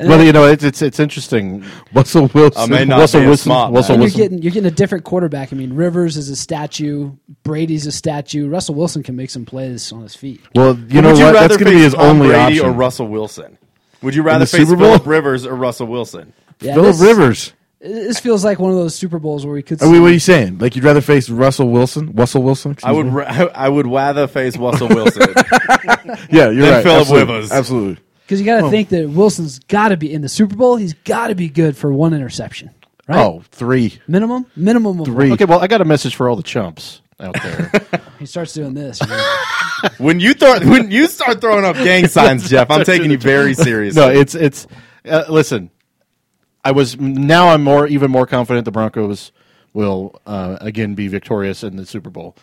well, you know it's it's, it's interesting. Russell Wilson. I may not Russell be a Wilson- smart Russell And man. you're listen- getting you're getting a different quarterback. I mean, Rivers is a statue. Brady's a statue. Russell Wilson can make some plays on his feet. Well, you know Would you what? rather That's going to face be his Tom only Brady option. or Russell Wilson? Would you rather face Super Bowl? Philip Rivers or Russell Wilson? Yeah, Philip this- Rivers. This feels like one of those Super Bowls where we could. I mean, see- what are you saying? Like you'd rather face Russell Wilson? Russell Wilson? excuse I would. me? Ra- I would rather face Russell Wilson. Yeah, you're than right. Philip Absolutely. Rivers. Absolutely. Because you got Oh. to think that Wilson's got to be in the Super Bowl. He's got to be good for one interception, right? Oh, three. minimum, minimum of Three. Okay, well I got a message for all the chumps out there. one. He starts doing this. you know. when you throw, when you start throwing up gang signs, Jeff, I'm taking you very seriously. no, it's it's. Uh, listen, I was now I'm more even more confident the Broncos will uh, again be victorious in the Super Bowl,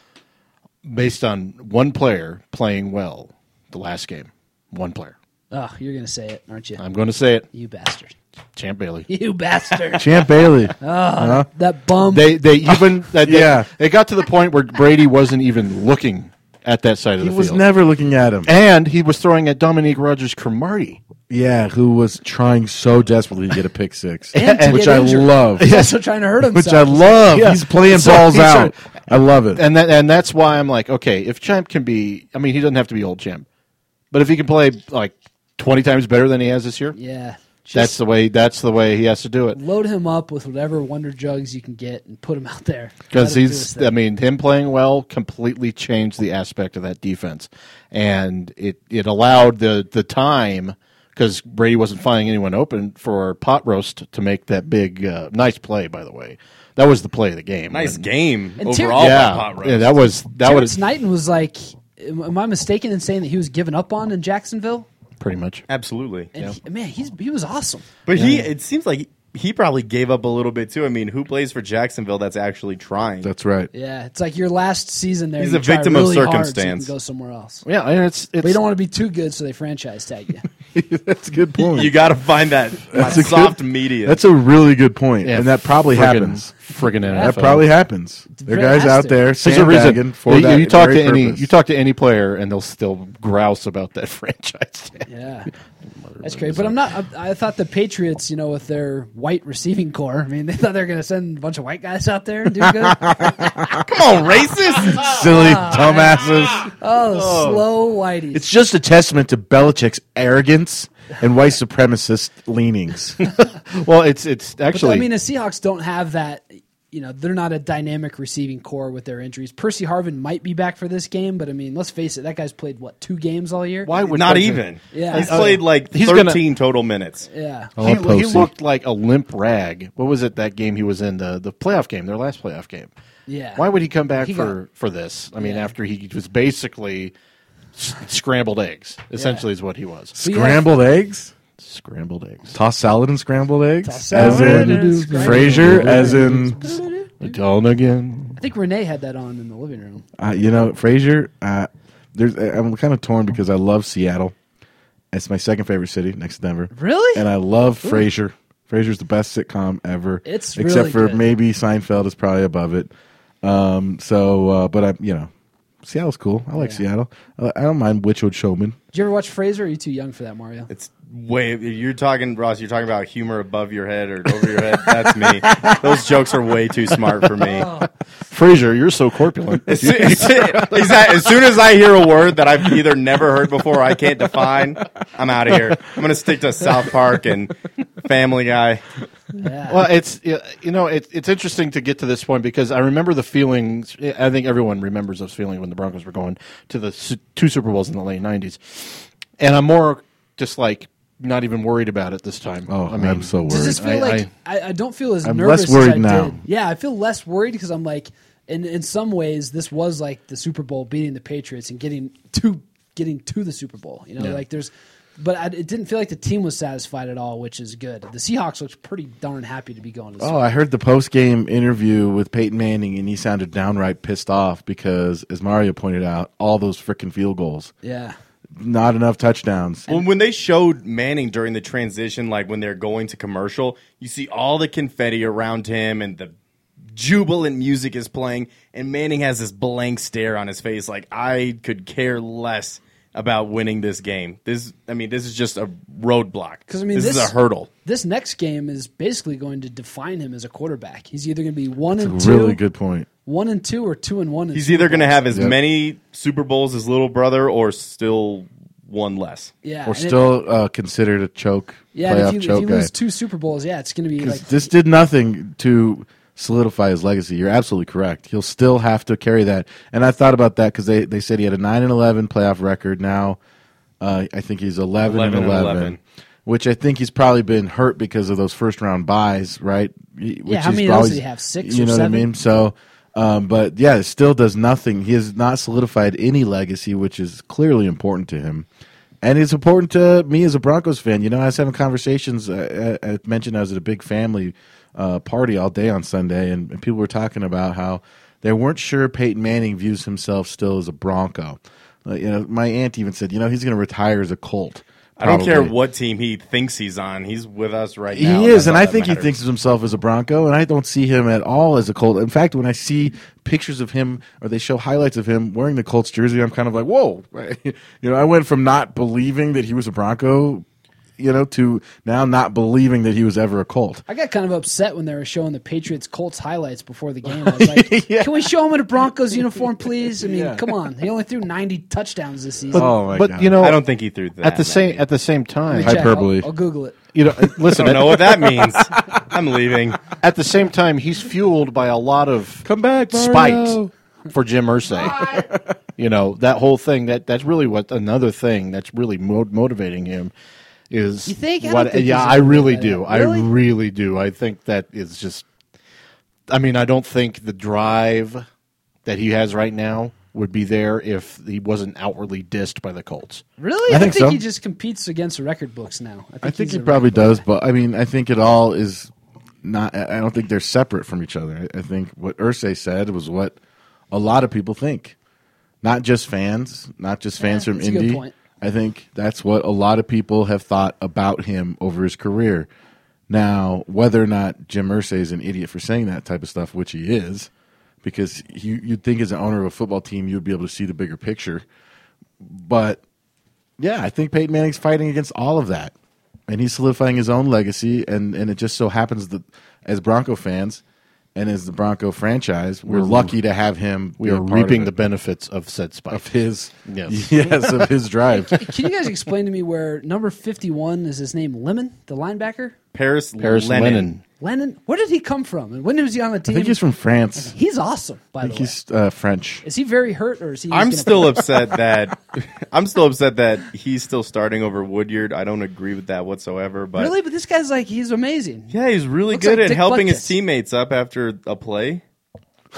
based on one player playing well the last game. One player. oh, you're gonna say it, aren't you? I'm going to say it, you bastard! Champ Bailey. You bastard! Champ Bailey. that bum. They they even that, they, Yeah. they got to the point where Brady wasn't even looking at that side of he the was field, never looking at him. and he was throwing at Dominique Rogers Cromartie. Yeah, who was trying so desperately to get a pick six, And to which get I injured. love. He's also trying to hurt himself. Which I love. Yeah. He's playing So balls he's out. trying- I love it. and that and that's why I'm like, okay, if Champ can be, I mean, he doesn't have to be old Champ, but if he can play like 20 times better than he has this year, Yeah, just that's the way. That's the way he has to do it load him up with whatever wonder jugs you can get and put him out there because Let him do his he's. thing. I mean, him playing well completely changed the aspect of that defense, and it it allowed the the time. Because Brady wasn't finding anyone open for pot roast to make that big uh, nice play. By the way, that was the play of the game. nice And- game And Terry- overall. by Yeah, Pot Roast. yeah, that was that Terrence was Knighton was like, am am I mistaken in saying that he was given up on in Jacksonville? pretty much. absolutely. And he- man, he's he was awesome. But he, it seems like he probably gave up a little bit too. I mean, who plays for Jacksonville that's actually trying? That's right. Yeah, it's like your last season there. He's you a try victim of really hard so you can circumstance. go somewhere else. Yeah, and it's it's But you don't want to be too good, so they franchise tag you. That's a good point. you got to find that a good- soft media. That's a really good point, Yeah, and that probably friggin- happens. Friggin' NFL. That probably happens. There are guys out Fantastic. there There's a reason. sandbagging for you, that. you talk to very any purpose. you talk to any player, and they'll still grouse about that franchise. Yeah, that's crazy. But I'm not. I, I thought the Patriots, you know, with their white receiving core, I mean, they thought they were going to send a bunch of white guys out there and do good. Oh, Come on, racist. silly dumbasses. Oh, slow whitey. It's just a testament to Belichick's arrogance and white supremacist leanings. well, it's it's But I actually mean, the Seahawks don't have that. You know, they're not a dynamic receiving core with their injuries. Percy Harvin might be back for this game, but I mean, let's face it, that guy's played what two games all year. why would Not Benson- even. Yeah. He's played Uh, like He's gonna- 13 total minutes. Yeah, He, Oh, he Posey. looked like a limp rag. What was it that game he was in the the playoff game, their last playoff game? Yeah. Why would he come back He for for this? I mean, Yeah. after he was basically s- scrambled eggs, essentially is what he was. But yeah. Scrambled eggs, Scrambled eggs. toss salad and scrambled eggs, Toss as salad and in scrambled Frasier, eggs. as in Down again. I think Renee had that on in the living room. Uh, you know, Frasier. Uh, there's, I'm kind of torn because I love Seattle. It's my second favorite city, next to Denver. Really? And I love Frasier. Frasier's the best sitcom ever. It's except really for good. maybe Seinfeld is probably above it. Um, so, uh, but I, you know, Seattle's cool. I like Seattle. Uh, I don't mind Witchwood Showman. Did you ever watch Fraser? Or are you too young for that, Mario? It's way you're talking, Ross. You're talking about humor above your head or over your head. That's me. Those jokes are way too smart for me. Fraser, you're so corpulent. As soon, as soon as I hear a word that I've either never heard before, or I can't define. I'm out of here. I'm gonna stick to South Park and Family Guy. well, it's yeah, you know it's it's interesting to get to this point because I remember the feelings. I think everyone remembers those feelings when the Broncos were going to the su- two Super Bowls in the late '90s, and I'm more just like not even worried about it this time. Oh, I I mean, am so worried. Does this feel I- like I, I, don't feel as I'm nervous less worried as I now. did. Yeah, I feel less worried because I'm like, in in some ways, this was like the Super Bowl beating the Patriots and getting to getting to the Super Bowl. You know, like there's, but I, it didn't feel like the team was satisfied at all, which is good. The Seahawks looked pretty darn happy to be going to the Super Oh, I heard the post game interview with Peyton Manning, and he sounded downright pissed off because, as Mario pointed out, all those freaking field goals, Yeah. not enough touchdowns. Well, when they showed Manning during the transition, like when they're going to commercial, you see all the confetti around him and the jubilant music is playing, and Manning has this blank stare on his face, like I could care less about winning this game. This, I mean, this is just a roadblock. 'Cause, I mean, this, this- is a hurdle. This next game is basically going to define him as a quarterback. He's either going to be one and two, Really good point. one and two, or two and one. in He's Super either going to Bowls. have as Yep. many Super Bowls as little brother, or still one less. yeah, We're and it- still uh, considered a choke yeah. playoff and If you, if choke you guy. lose two Super Bowls, yeah, it's going to be like this did nothing to solidify his legacy. You're absolutely correct. He'll still have to carry that. And I thought about that because they, they said he had a 9 and 11 playoff record. Now uh, I think he's 11, and 11 and 11, 11. which I think he's probably been hurt because of those first round buys, right? He- Which how is many of those did he have? Six You or know seven? what I mean? Mm-hmm. So. Um, but yeah, it still does nothing. He has not solidified any legacy, which is clearly important to him. And it's important to me as a Broncos fan. You know, I was having conversations. I, I, I mentioned I was at a big family uh, party all day on Sunday, and, and people were talking about how they weren't sure Peyton Manning views himself still as a Bronco. Uh, you know, my aunt even said, you know, he's going to retire as a Colt. I don't care probably. what team he thinks he's on. He's with us right He now. is, that's and all I that think he matters. thinks of himself as a Bronco, and I don't see him at all as a Colt. In fact, when I see pictures of him or they show highlights of him wearing the Colts jersey, I'm kind of like, whoa. you know, I went from not believing that he was a Bronco, you know, to now not believing that he was ever a Colt. I got kind of upset when they were showing the Patriots Colts highlights before the game. I was like, "Can we show him in a Broncos uniform, please?" I mean, come on. He only threw 90 touchdowns this season. Oh, my but God. you know, I don't think he threw that. at the many. same at the same time, Check. I'll- hyperbole. I'll, Google it. you know, listen. don't know At, what that means. I'm leaving. at the same time, he's fueled by a lot of Come back, spite for Jim Irsay. you know that whole thing. That that's really what another thing that's really mo- motivating him is. You think? I don't What, think yeah, he's I really motivated do. by that. Really? I really do. I think that is just. I mean, I don't think the drive that he has right now would be there if he wasn't outwardly dissed by the Colts. Really? I I, think think, so. he just competes against the record books now. I think, I think he's he a- probably does, but I mean, I think it all is not. I I don't think they're separate from each other. I I think what Ursay said was what a lot of people think, not just fans, not just fans from that's a good Indy. point. I think that's what a lot of people have thought about him over his career. Now, whether or not Jim Irsay is an idiot for saying that type of stuff, which he is, because you, you'd think as an owner of a football team, you'd be able to see the bigger picture. But yeah, I think Peyton Manning's fighting against all of that, and he's solidifying his own legacy. And, and it just so happens that as Bronco fans and as the Bronco franchise, we're lucky to have him. Mm-hmm. We are reaping the benefits of said spite. of his yes. Yes. of his drive. Can you guys explain to me where number 51 is his name? Lemon, the linebacker? Paris, Paris Lennon. Lennon. Lennon? Where did he come from? And when was he on the I team? think he's from France. He's awesome, by I the think way. he's uh, French. Is he very hurt or is he just I'm gonna- still upset that I'm still upset that he's still starting over Woodyard. I don't agree with that whatsoever. But Really? But this guy's like, he's amazing. yeah, he's really Looks good like at Dick helping his Butkus. teammates up after a play,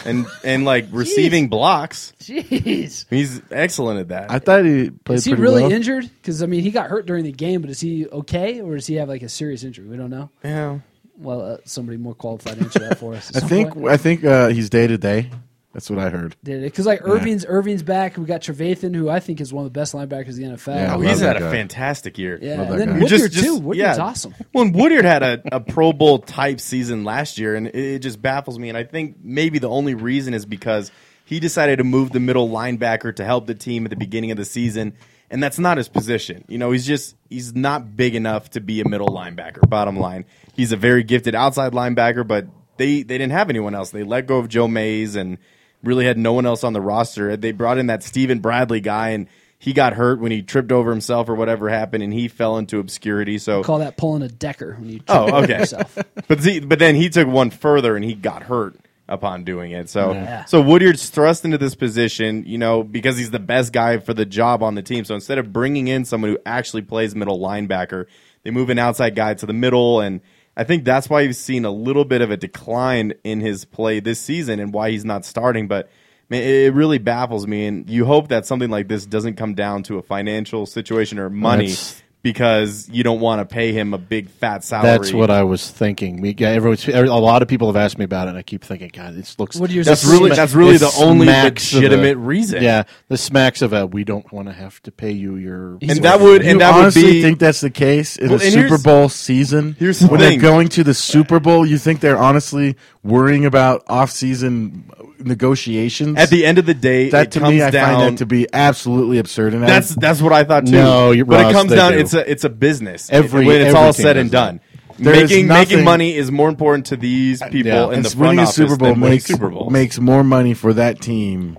and and like receiving blocks. Jeez. He's excellent at that. I thought he played Is he pretty really well. injured? Because I mean, he got hurt during the game, but is he okay, or does he have like a serious injury? We don't know. yeah. Well, uh, somebody more qualified to answer that for us. I think I think uh, he's day to day. That's what I heard. because like Irving's Irving's back. We got Trevathan, who I think is one of the best linebackers in the NFL. Yeah, Oh, love he's that had a guy. fantastic year. Yeah, Love that and then guy. Woodyard You just- too. just- Woodyard's yeah. awesome. Well, and Woodyard had a, a Pro Bowl type season last year, and it, it just baffles me. And I think maybe the only reason is because He decided to move the middle linebacker to help the team at the beginning of the season, and that's not his position. You know, he's just he's not big enough to be a middle linebacker. Bottom line, he's a very gifted outside linebacker, but they they didn't have anyone else. They let go of Joe Mays and really had no one else on the roster. They brought in that Steven Bradley guy and. He got hurt when he tripped over himself or whatever happened, and he fell into obscurity. So Call that pulling a decker when you trip Oh, over okay. yourself. but see, but then he took one further and he got hurt upon doing it. So Yeah. so Woodyard's thrust into this position, you know, because he's the best guy for the job on the team. So instead of bringing in someone who actually plays middle linebacker, they move an outside guy to the middle and I think that's why you've seen a little bit of a decline in his play this season and why he's not starting, but man, it it really baffles me and you hope that something like this doesn't come down to a financial situation or money That's- because you don't want to pay him a big fat salary. That's what I was thinking. We, yeah, everyone's, every, a lot of people have asked me about it, and I keep thinking, God, this looks. What are yours- this That's really sma- that's really the this only smacks of legitimate a- reason. Yeah, the smacks of a we don't want to have to pay you your. He's and that would you and that would honestly be think that's the case in Well, a and Super here's- Bowl season? here's the when thing. they're going to the Super Bowl, you think they're honestly worrying about off-season negotiations? at the end of the day. that it to comes me, I down, find that to be absolutely absurd. And I- that's that's what I thought too. No, you- but Ross, it comes they down. do. It's a it's a business. Every- when it's every all team said and does that. done. There is making making nothing- money is more important to these people Yeah, in the it's front winning a office Super Bowl than winning makes Super Bowls. makes more money for that team.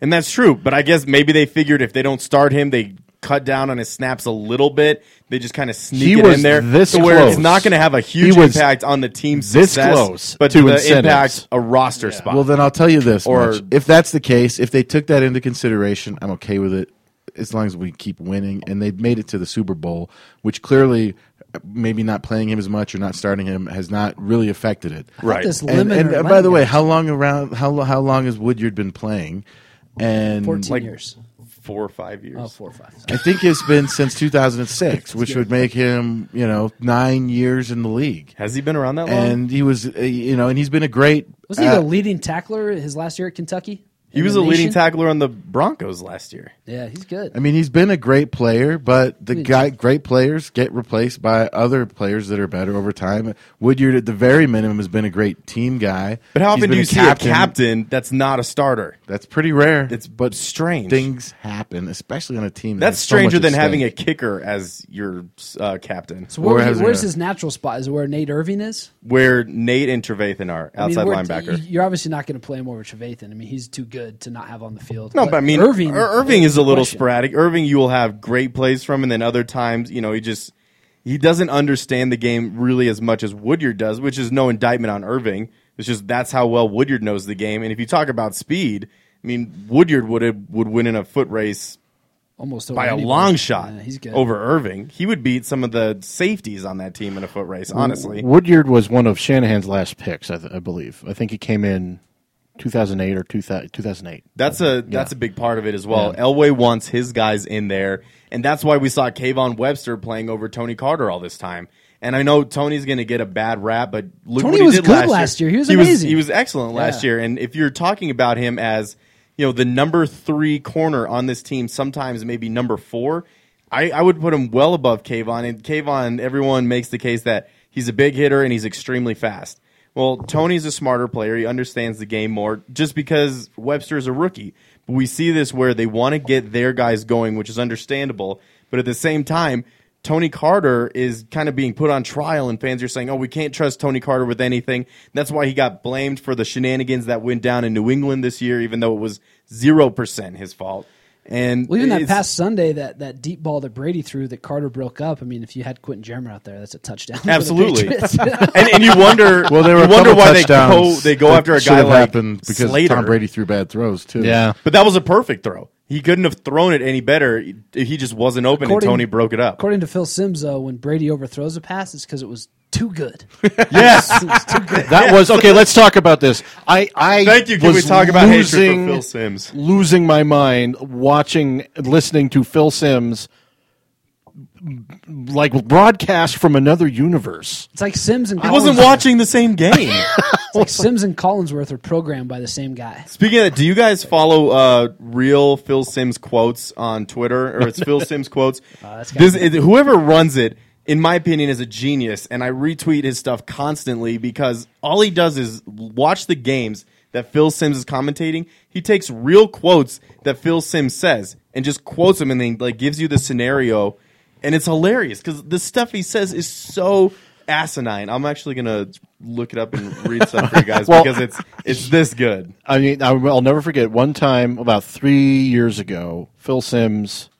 And that's true, but I guess maybe they figured if they don't start him, they cut down on his snaps a little bit. They just kind of sneak He it was in there, this to where it's close. not going to have a huge He was impact on the team's this success, close but to the incentives. impact a roster spot. Well, then I'll tell you this: Or- much. if that's the case, if they took that into consideration, I'm okay with it, as long as we keep winning. And they've made it to the Super Bowl, which clearly, maybe not playing him as much or not starting him has not really affected it. right. This And, lemon and, or uh, by the lemon way, guy. how long around? How lo- how long has Woodyard been playing? And 14 like- years. four or five years. Oh, four or five. I think it's been since 2006, which would make him, you know, nine years in the league. Has he been around that long? And he was, uh, you know, and he's been a great. Was he uh, the leading tackler his last year at Kentucky? he In was the a leading nation? tackler on the Broncos last year. Yeah, he's good. I mean, he's been a great player, but the guy, great players get replaced by other players that are better over time. Woodyard, at the very minimum, has been a great team guy. But how He's often been do a you see a captain that's not a starter? That's pretty rare. It's but strange. things happen, especially on a team. that That's has so much stranger at than stake. having a kicker as your uh, captain, so where Or he- has he where's been? his natural spot? Is it where Nate Irving is? where Nate and Trevathan are I mean, outside we're- linebacker. y- You're obviously not going to play him over Trevathan. I mean, he's too good to not have on the field. No, but I mean, Irving. Irving, Irving is a little Question. sporadic. Irving, you will have great plays from, and then other times, you know, he just he doesn't understand the game really as much as Woodyard does, which is no indictment on Irving. It's just that's how well Woodyard knows the game. And if you talk about speed, I mean, Woodyard would have, would win in a foot race almost over by a anybody. long shot Yeah, he's good. over Irving. He would beat some of the safeties on that team in a foot race, honestly. Woodyard was one of Shanahan's last picks, I, th- I believe. I think he came in 2008 or 2000, 2008. That's a that's a big part of it as well. Elway wants his guys in there, and that's why we saw Kayvon Webster playing over Tony Carter all this time. And I know Tony's going to get a bad rap, but look Tony what he was did good last, last year. He was amazing. he was excellent last Yeah. year. And if you're talking about him as you know the number three corner on this team, sometimes maybe number four, I, I would put him well above Kayvon. And Kayvon, everyone makes the case that he's a big hitter and he's extremely fast. Well, Tony's a smarter player. He understands the game more just because Webster is a rookie. But we see this where they want to get their guys going, which is understandable. But at the same time, Tony Carter is kind of being put on trial, and fans are saying, oh, we can't trust Tony Carter with anything. That's why he got blamed for the shenanigans that went down in New England this year, even though it was 0% his fault. And Well, even that it's- past Sunday, that, that deep ball that Brady threw that Carter broke up. I mean, if you had Quentin Jermer out there, that's a touchdown. for the Absolutely. Patriots. and, and you wonder, Well, there were a you wonder couple why they go, touchdowns. they go that after a should guy have like happened because Slater. Tom Brady threw bad throws too. Yeah. But that was a perfect throw. He couldn't have thrown it any better. He just wasn't open, According- and Tony broke it up. According to Phil Sims, though, when Brady overthrows a pass, it's because it was too good. Yes. It was too good. That was okay. Let's talk about this. I, I Thank you. Can was we talk about hatred for losing- Phil Sims? Losing my mind watching, listening to Phil Sims, like broadcast from another universe. It's like Sims and He wasn't Collins- watching the same game. It's like Sims and Collinsworth are programmed by the same guy. Speaking of that, do you guys follow uh, real Phil Sims quotes on Twitter, or it's Phil Sims quotes? that's gotta this, it, whoever runs it, in my opinion, is a genius, and I retweet his stuff constantly because all he does is watch the games that Phil Sims is commentating, he takes real quotes that Phil Sims says and just quotes them and then like gives you the scenario, and it's hilarious because the stuff he says is so asinine. I'm actually gonna look it up and read stuff for you guys Well- because it's it's this good. I mean, I, will never forget one time about three years ago, Phil Sims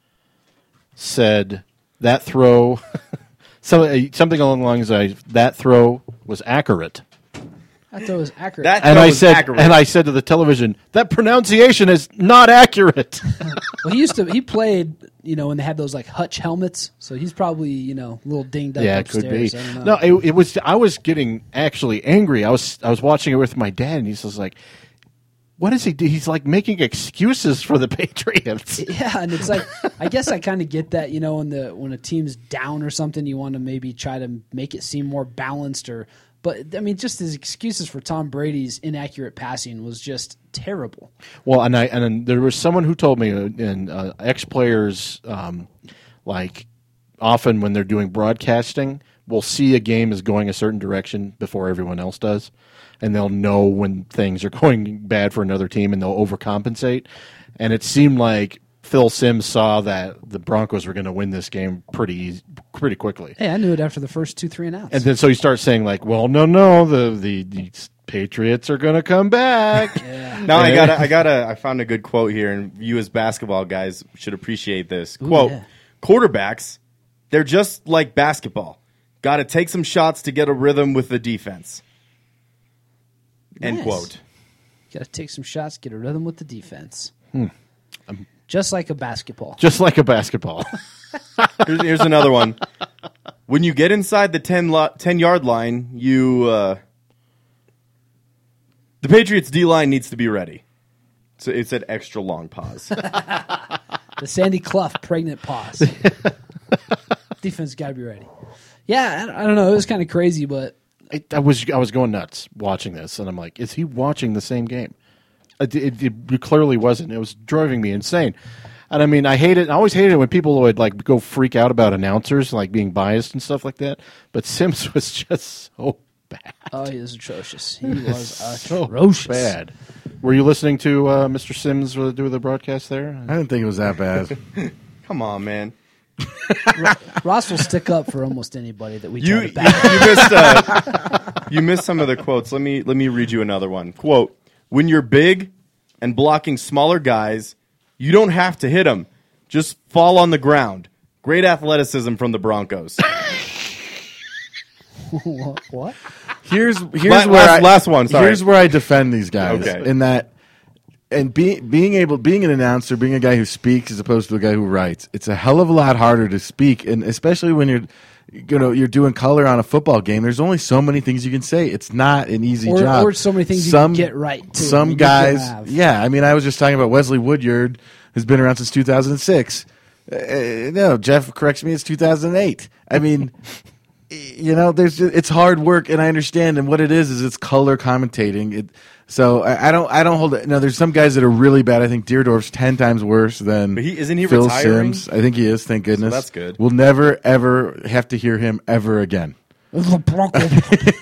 said that throw, some- uh, something along the lines of that throw was accurate. That throw was accurate. That And throw I is said, accurate. and I said to the television, that pronunciation is not accurate. well, he used to. He played, you know, when they had those like hutch helmets. So he's probably, you know, a little dinged up. yeah, it upstairs. could be. I don't know. No, it, it was. I was getting actually angry. I was I was watching it with my dad, and he's just like, "What is he? do? He's like making excuses for the Patriots." Yeah, and it's like I guess I kind of get that, you know, when the when a team's down or something, you want to maybe try to make it seem more balanced or but I mean just his excuses for Tom Brady's inaccurate passing was just terrible. Well, and I and then there was someone who told me, uh, and uh, ex players, um, like often when they're doing broadcasting, will see a game is going a certain direction before everyone else does, and they'll know when things are going bad for another team, and they'll overcompensate. And it seemed like Phil Sims saw that the Broncos were going to win this game pretty eas- pretty quickly. Hey, I knew it after the first two, three and outs. And then so you start saying like, "Well, no, no, the the, the Patriots are going to come back." Now I got to I got to I found a good quote here, and you as basketball guys should appreciate this quote: yeah. "Quarterbacks, they're just like basketball. Got to take some shots to get a rhythm with the defense." End Nice. quote. Got to take some shots, get a rhythm with the defense. Hmm. just like a basketball. Just like a basketball. Here's, here's another one. When you get inside the 10, lo- 10 yard line, you uh, the Patriots D line needs to be ready. So it's an extra long pause. The Sandy Clough pregnant pause. defense got to be ready. Yeah, I, I don't know. It was kind of crazy, but I, I was I was going nuts watching this, and I'm like, is he watching the same game? It, it, it clearly wasn't. It was driving me insane. And I mean, I hate it. I always hated it when people would like go freak out about announcers like being biased and stuff like that. But Sims was just so bad, oh, he was atrocious. He was so atrocious. bad. Were you listening to uh, Mr. Sims uh, do the broadcast there? I didn't think it was that bad. Come on, man. Ross will stick up for almost anybody that we you, try you, to back. you missed uh, you missed some of the quotes. Let me let me read you another one. Quote: When you're big and blocking smaller guys, you don't have to hit them. Just fall on the ground. Great athleticism from the Broncos. What? what? Here's here's La- where last- I, last one, sorry. Here's where I defend these guys Okay. in that, and being being able being an announcer, being a guy who speaks as opposed to a guy who writes, it's a hell of a lot harder to speak, and especially when you're. You know, you're doing color on a football game. There's only so many things you can say. It's not an easy Or- job. or so many things you can get right, too. I Some mean, you can have- guys, yeah. I mean, I was just talking about Wesley Woodyard, who's been around since 2006. Uh, no, Jeff corrects me. It's 2008. I mean, you know there's ju- it's hard work and i understand and what it is is it's color commentating it so i, I don't i don't hold it no there's some guys that are really bad i think deerdorf's 10 times worse than But he- isn't he phil retiring? sims i think he is thank goodness that's good. we'll never ever have to hear him ever again The Bronco.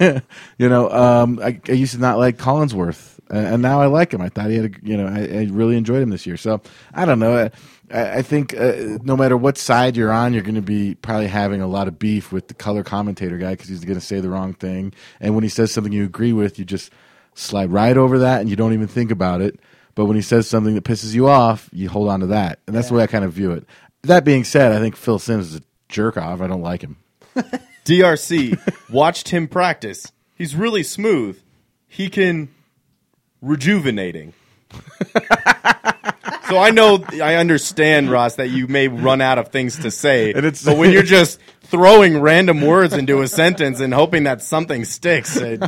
you know um, I, I used to not like collinsworth and, and now i like him i thought he had a you know i, I really enjoyed him this year so i don't know i, I think uh, no matter what side you're on you're going to be probably having a lot of beef with the color commentator guy because he's going to say the wrong thing and when he says something you agree with you just slide right over that and you don't even think about it but when he says something that pisses you off you hold on to that and that's the way i kind of view it that being said i think phil sims is a jerk off i don't like him DRC watched him practice. He's really smooth. He can rejuvenating. so I know I understand Ross that you may run out of things to say, And it's- but when you're just throwing random words into a sentence and hoping that something sticks, it,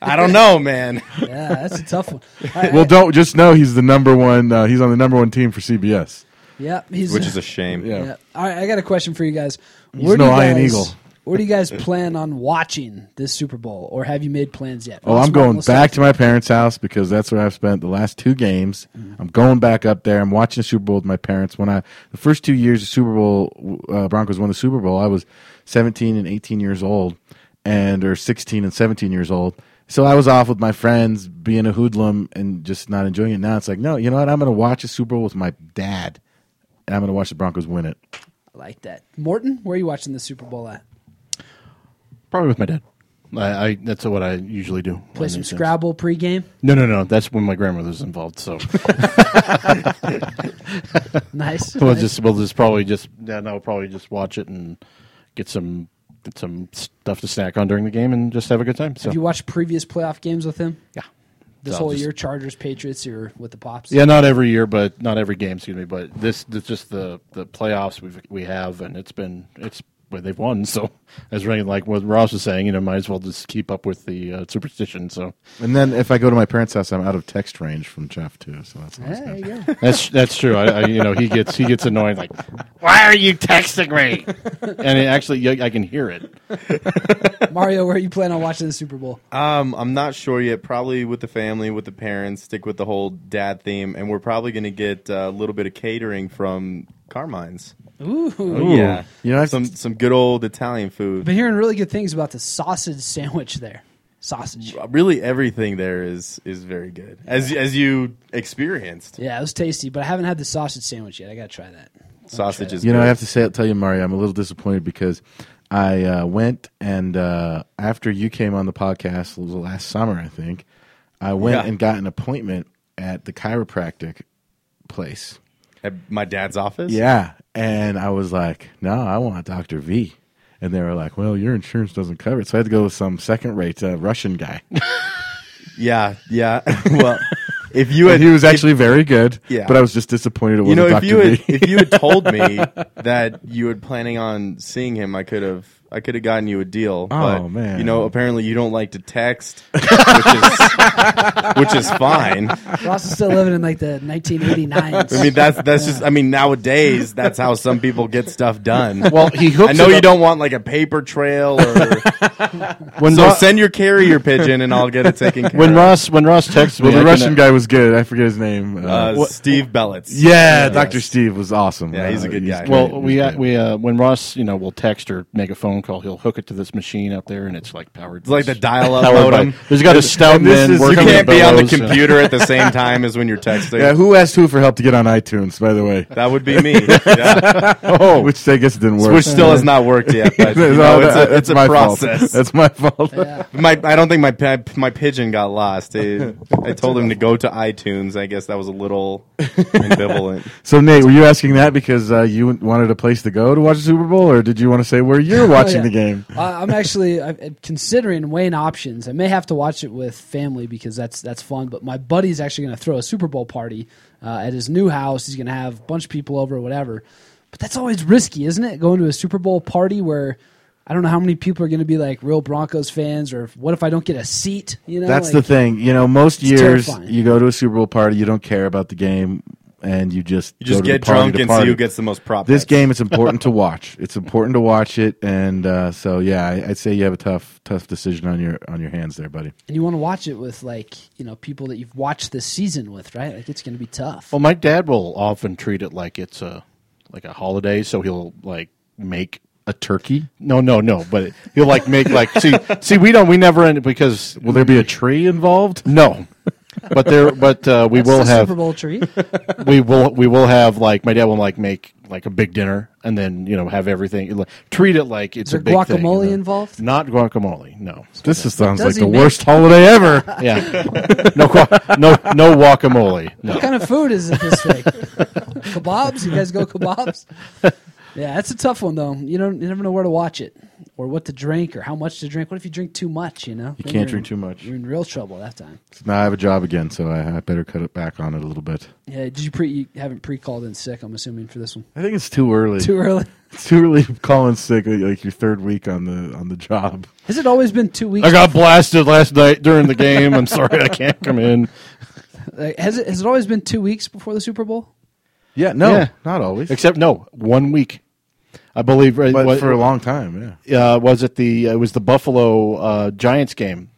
I don't know, man. yeah, that's a tough one. I- I- well don't just know he's the number one uh, he's on the number one team for cbs yeah, he's Which is a shame. Yeah. Yeah. All right, I got a question for you guys. Where no you Iron guys, Eagle. Where do you guys plan on watching this Super Bowl, or have you made plans yet? Oh, I'm going back to my parents' house because that's where I've spent the last two games. I'm going back up there. I'm watching the Super Bowl with my parents. When I the first two years the Super Bowl uh, Broncos won the Super Bowl, I was 17 and 18 years old, and or 16 and 17 years old, So I was off with my friends being a hoodlum and just not enjoying it. Now it's like, no, you know what? I'm going to watch a Super Bowl with my dad, and I'm going to watch the Broncos win it. I like that. Morton, where are you watching the Super Bowl at? Probably with my dad. I, I that's what I usually do. Play When some there's- Scrabble pregame. No, no, no. That's when my grandmother's involved. So Nice. we'll just we'll just probably just yeah, no, we'll probably just watch it and get some get some stuff to snack on during the game and just have a good time. So Have you watched previous playoff games with him? yeah, This So I'll whole just- year, Chargers, Patriots, or with the Pops? Yeah, not every year, but not every game. Excuse me, but this this just the the playoffs we we have, and it's been it's well, they've won. So as really like what Ross was saying, you know, might as well just keep up with the uh, superstition. So And then if I go to my parents' house, I'm out of text range from Jeff too. So that's Yeah, nice. there you go. that's that's true. I, I you know he gets he gets annoyed like, why are you texting me? and it actually yeah, I can hear it. Mario, where are you planning on watching the Super Bowl? Um, I'm not sure yet. Probably with the family, with the parents, stick with the whole dad theme, and we're probably going to get uh, a little bit of catering from Carmine's. Ooh. yeah, You know, I- some some good old Italian food. Been hearing really good things about the sausage sandwich there. Sausage. Really, everything there is is very good, as as you experienced. Yeah, it was tasty, but I haven't had the sausage sandwich yet. I gotta try that. Sausage is. You know, good. I have to say, tell you, Mario, I'm a little disappointed because I uh, went and uh, after you came on the podcast it was last summer, I think, I went Yeah. and got an appointment at the chiropractic place. At my dad's office. Yeah, and I was like, no, I want Doctor V. And they were like, "Well, your insurance doesn't cover it," so I had to go with some second-rate uh, Russian guy. yeah, yeah. well, if you had And he was actually very good, Yeah. But I was just disappointed it you wasn't know, if Doctor you had V. if you had told me that you were planning on seeing him, I could have I could have gotten you a deal. Oh, but, man. You know, apparently you don't like to text, which is which is fine. I Ross is still living in like the 1989s. mean, that's that's just I mean nowadays that's how some people get stuff done. Well, he hooks. I know it you up- don't want like a paper trail, or When so Ro- send your carrier pigeon and I'll get it taken care when of. Ross when Ross texts me, well, the I can- Russian guy was good. I forget his name. Uh, uh, Steve Bellitz. Yeah, Yes. Doctor Steve was awesome. Yeah, he's a good guy. great. Well, He's we uh, great. we uh, when Ross, you know, will text or make a phone call, he'll hook it to this machine up there, and it's like powered. It's like the dial-up powered by- modem. There's got a stout and this man is- you You working. can't with be on the bellows, uh, computer at the same time as when you're texting. yeah. Who asked who for help to get on iTunes? By the way, That would be me. Yeah. oh, which I guess didn't work. Which still has not worked yet, but you No, know, that- it's a, that's it's a my fault. process. That's my fault. My, I don't think my pi- my pigeon got lost. I, I told him to go to iTunes. I guess that was a little ambivalent. So Nate, were you asking that because uh, you wanted a place to go to watch the Super Bowl, or did you want to say where you're Oh, watching yeah. the game? I- I'm actually I'm I'm considering weighing options. I may have to watch it with family because that's that's fun. But my buddy's actually going to throw a Super Bowl party uh, at his new house. He's going to have a bunch of people over, or whatever. But that's always risky, isn't it? Going to a Super Bowl party where I don't know how many people are going to be like real Broncos fans, or if- what if I don't get a seat? You know, That's like, the thing. You know, most years terrifying. you go to a Super Bowl party, you don't care about the game, and you just You just go to the get party drunk to and see who party. gets the most prop. This bets. game, it's important to watch. It's important to watch it, and uh, so yeah, I, I'd say you have a tough, tough decision on your on your hands there, buddy. And you want to watch it with like you know people that you've watched this season with, right? Like it's going to be tough. Well, my dad will often treat it like it's a like a holiday, so he'll like make A turkey? no, no, no, but he'll like make like see see we don't we never end because Will there be a tree involved? no, but there but uh, we That's will the have Super Bowl tree. we will we will have like my dad will like make like a big dinner and then you know have everything like, treat it like it's there a big thing, you guacamole know. involved? Not guacamole, no. This just sounds like Does he the make- worst holiday ever. Yeah, no, gua- no, no guacamole. No, What kind of food is it this thing? kebabs? You guys go kebabs? Yeah, that's a tough one though. You don't you never know where to watch it or what to drink or how much to drink. What if you drink too much, you know? You can't drink too much. You're in real trouble that time. now I have a job again, so I, I better cut it back on it a little bit. Yeah, did you pre you haven't pre called in sick, I'm assuming, for this one. I think it's too early. Too early. It's too early calling sick like, like your third week on the on the job. Has it always been two weeks? I got blasted last night during the game. I'm sorry, I can't come in. Like, has it has it always been two weeks before the Super Bowl? Yeah, no, Yeah. not always, Except no, one week. I believe. Right, but what- for a long time. Yeah, uh, was it the uh, it was the Buffalo uh, Giants game.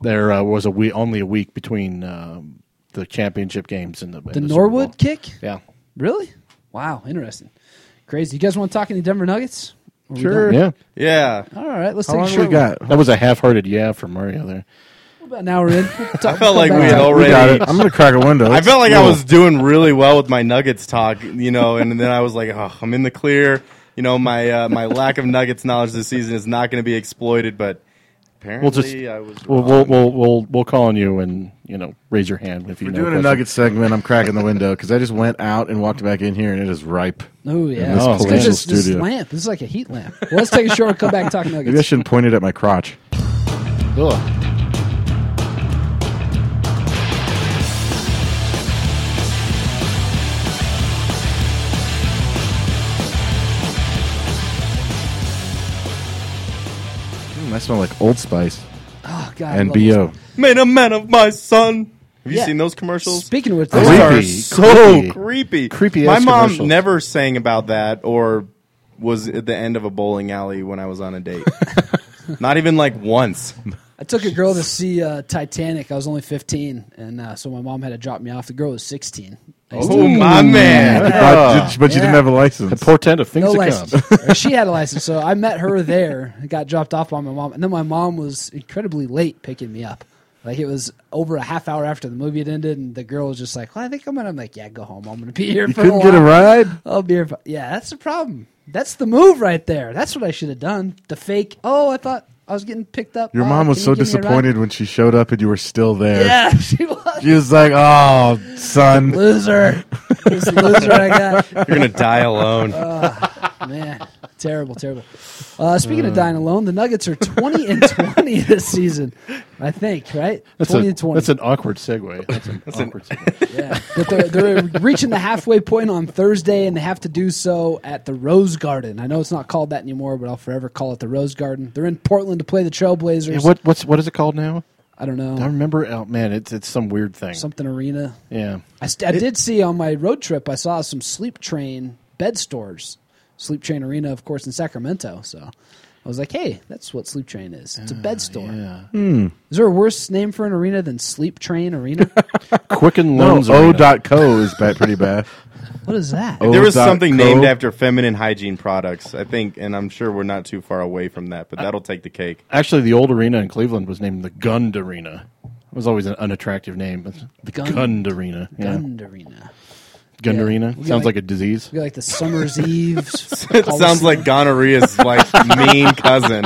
There uh, was a we only a week between um, the championship games and the and The Super Bowl. Norwood kick? Yeah. Really? Wow, interesting. Crazy. You guys want to talk any Denver Nuggets? Or we Sure. don't? Yeah, yeah. All right, let's How take long a we short one. got? that was a half-hearted yeah for Mario there. About an hour in. I felt like we had We already. got it. I'm gonna crack a window. I felt like I Cool. was doing really well with my Nuggets talk, you know, and then I was like, oh, I'm in the clear. You know, my uh, my lack of Nuggets knowledge this season is not going to be exploited, but apparently We'll just I was we'll, wrong. we'll we'll we'll we'll call on you and you know raise your hand if you We're know doing a question. nugget segment. I'm cracking the window because I just went out and walked back in here, and it is ripe. Oh yeah, this It's 'cause collegial this, this studio. lamp. This is like a heat lamp. Well, let's take a short and come back and talk nuggets. Maybe I shouldn't point it at my crotch. Ugh. Mm, I smell like Old Spice Oh god. I and love this. bo. made a man of my son. Have you Yeah. seen those commercials? Speaking of which, those Creepy, are so creepy. creepy. Creepy My ass mom commercials. never sang about that or was at the end of a bowling alley when I was on a date. Not even like once. I took a girl to see uh, Titanic. I was only 15, and uh, so my mom had to drop me off. The girl was 16. I used to- Oh my man. But, but you Oh, Yeah. didn't have a license. portent of things Oh, no to license. come. Or she had a license, so I met her there. I got dropped off by my mom, and then my mom was incredibly late picking me up. Like it was over a half hour after the movie had ended, and the girl was just like, "Well, I think I'm gonna." I'm like, "Yeah, go home. I'm gonna be here You for couldn't a get a while. ride. I'll be here." For, yeah, that's the problem. That's the move right there. That's what I should have done. The fake. Oh, I thought I was getting picked up. Your Oh, mom was can so you give me a ride?" disappointed when she showed up and you were still there. Yeah, she was. She was like, "Oh, son." Loser. This loser I got. You're gonna die alone. Man, terrible, terrible. Uh, speaking of dying alone, the Nuggets are 20 and 20 this season, I think, right? That's, 20 a, and 20. that's an awkward segue. That's an awkward segue. yeah. But they're, they're reaching the halfway point on Thursday, and they have to do so at the Rose Garden. I know it's not called that anymore, but I'll forever call it the Rose Garden. They're in Portland to play the Trailblazers. And what what's what is it called now? I don't I know. remember. Oh man, it's it's some weird thing. Something arena. yeah. I, st- I did see on my road trip, I saw some Sleep Train bed stores. Sleep Train Arena, of course, in Sacramento. So I was like, hey, that's what Sleep Train is. Ah, It's a bed store. Yeah. Is there a worse name for an arena than Sleep Train Arena? Quicken No, Loans. Oh, O Arena. dot co is bad, pretty bad. what is that? Oh. There was Dot something co. named after feminine hygiene products, I think, and I'm sure we're not too far away from that, Uh, but that'll take the cake. Actually, the old arena in Cleveland was named the Gund Arena. It was always an unattractive name, but the Gund- Gund, Arena. Yeah. Gund, Gund Arena. yeah. Arena We got sounds like- like a disease. We got like the Summer's Eve. It sounds like gonorrhea's like mean cousin.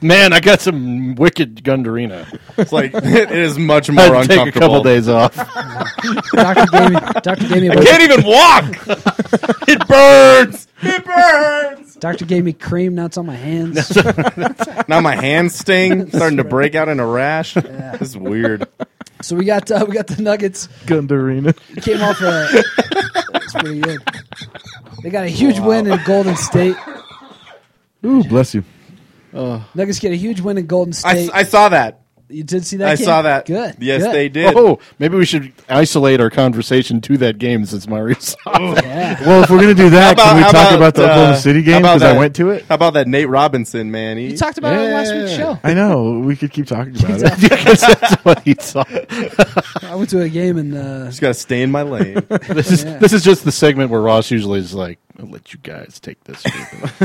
Man, I got some wicked Gund Arena. It's like it is much more I'd uncomfortable. take a couple days off. Dr. Gamey, Dr. Gamey, I can't even walk. it burns. It burns. Dr. gave me cream. Now it's on my hands. Now my hands sting, starting to break out in a rash. This is weird. so we got uh, we got the Nuggets. Gundarina. came off a. That's pretty good. They got a huge win in Golden State. Ooh, bless you. Nuggets get a huge win in Golden I, State. I saw that. you did see that? I game? saw that. Good. Yes, good. they did. Oh, maybe we should isolate our conversation to that game since Mario's off. Yeah. Well, if we're gonna do that, How can we how talk about the uh, Oklahoma City how game about because I that- went to it? How about that Nate Robinson man? He, You talked about it on last week's show. I know we could keep talking about it. Because that's what he saw. I went to a game and uh, just gotta stay in my lane. This is this is just the segment where Ross usually is like, "I'll let you guys take this."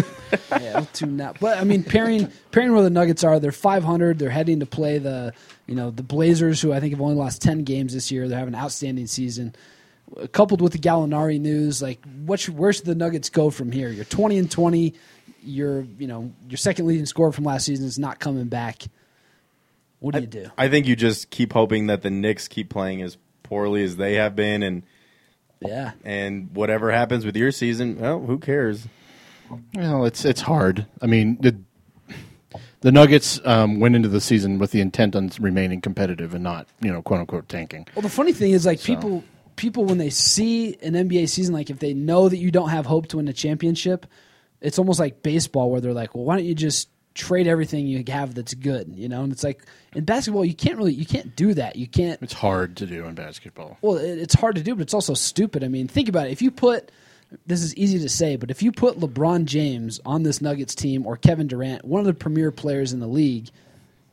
yeah, two not. But I mean, pairing pairing where the Nuggets are, they're 500. They're heading to play the you know the Blazers, who I think have only lost 10 games this year. They're having an outstanding season. Coupled with the Gallinari news, like what should, where should the Nuggets go from here? You're 20 and 20. Your you know your second leading scorer from last season is not coming back. What do you do? I think you just keep hoping that the Knicks keep playing as poorly as they have been, and Yeah, and whatever happens with your season, well, who cares? Well, it's it's hard. I mean, the the Nuggets um, went into the season with the intent on remaining competitive and not, you know, quote unquote tanking. Well, the funny thing is, like people, people when they see an NBA season, like if they know that you don't have hope to win a championship, it's almost like baseball where they're like, well, why don't you just trade everything you have that's good, you know? And it's like in basketball, you can't really, you can't do that. You can't It's hard to do in basketball. well, it, it's hard to do, but it's also stupid. I mean, think about it. If you put this is easy to say, but if you put LeBron James on this Nuggets team or Kevin Durant, one of the premier players in the league,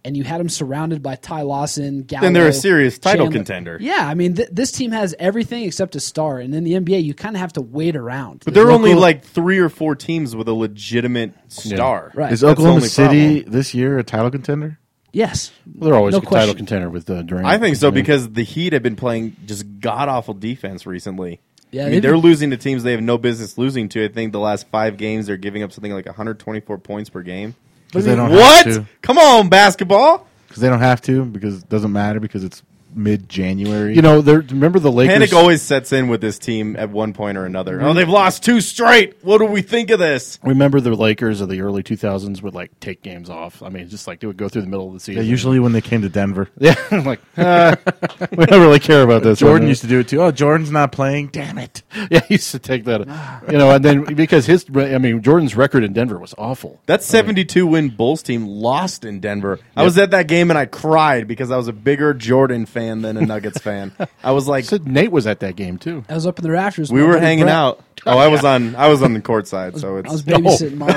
and you had him surrounded by Ty Lawson, Gallo, they're a serious title Chandler- contender. Yeah, I mean, th- this team has everything except a star, and in the NBA, you kind of have to wait around. But there are only Local- like three or four teams with a legitimate star. Right. Is That's the Oklahoma only City problem. this year a title contender? Yes. Well, they're always No a title question. contender with uh, Durant. I think so Yeah. because the Heat have been playing just god awful defense recently. Yeah, I they've mean, they're been- losing to teams they have no business losing to. I think the last five games they're giving up something like 124 points per game. 'Cause they don't what? have to. Come on, basketball! Because they don't have to. Because it doesn't matter. Because it's mid January. you know. They're, remember the Lakers. Panic always sets in with this team at one point or another. Oh, they've lost two straight. What do we think of this? remember the Lakers of the early 2000s would like take games off. I mean, just like they would go through the middle of the Yeah, season. usually when they came to Denver, yeah. I'm like uh, we don't really care about this. Jordan used to do it too. Oh, Jordan's not playing. Damn it. yeah, he used to take that, you know, and then because his, I mean, Jordan's record in Denver was awful. That 72 win Bulls team lost in Denver. I was at that game and I cried because I was a bigger Jordan fan than a Nuggets fan. I was like, Said Nate was at that game too. I was up in the rafters. we My were buddy hanging Brett- out. Oh, I was on I was on the court side, so I was it's babysitting Mario.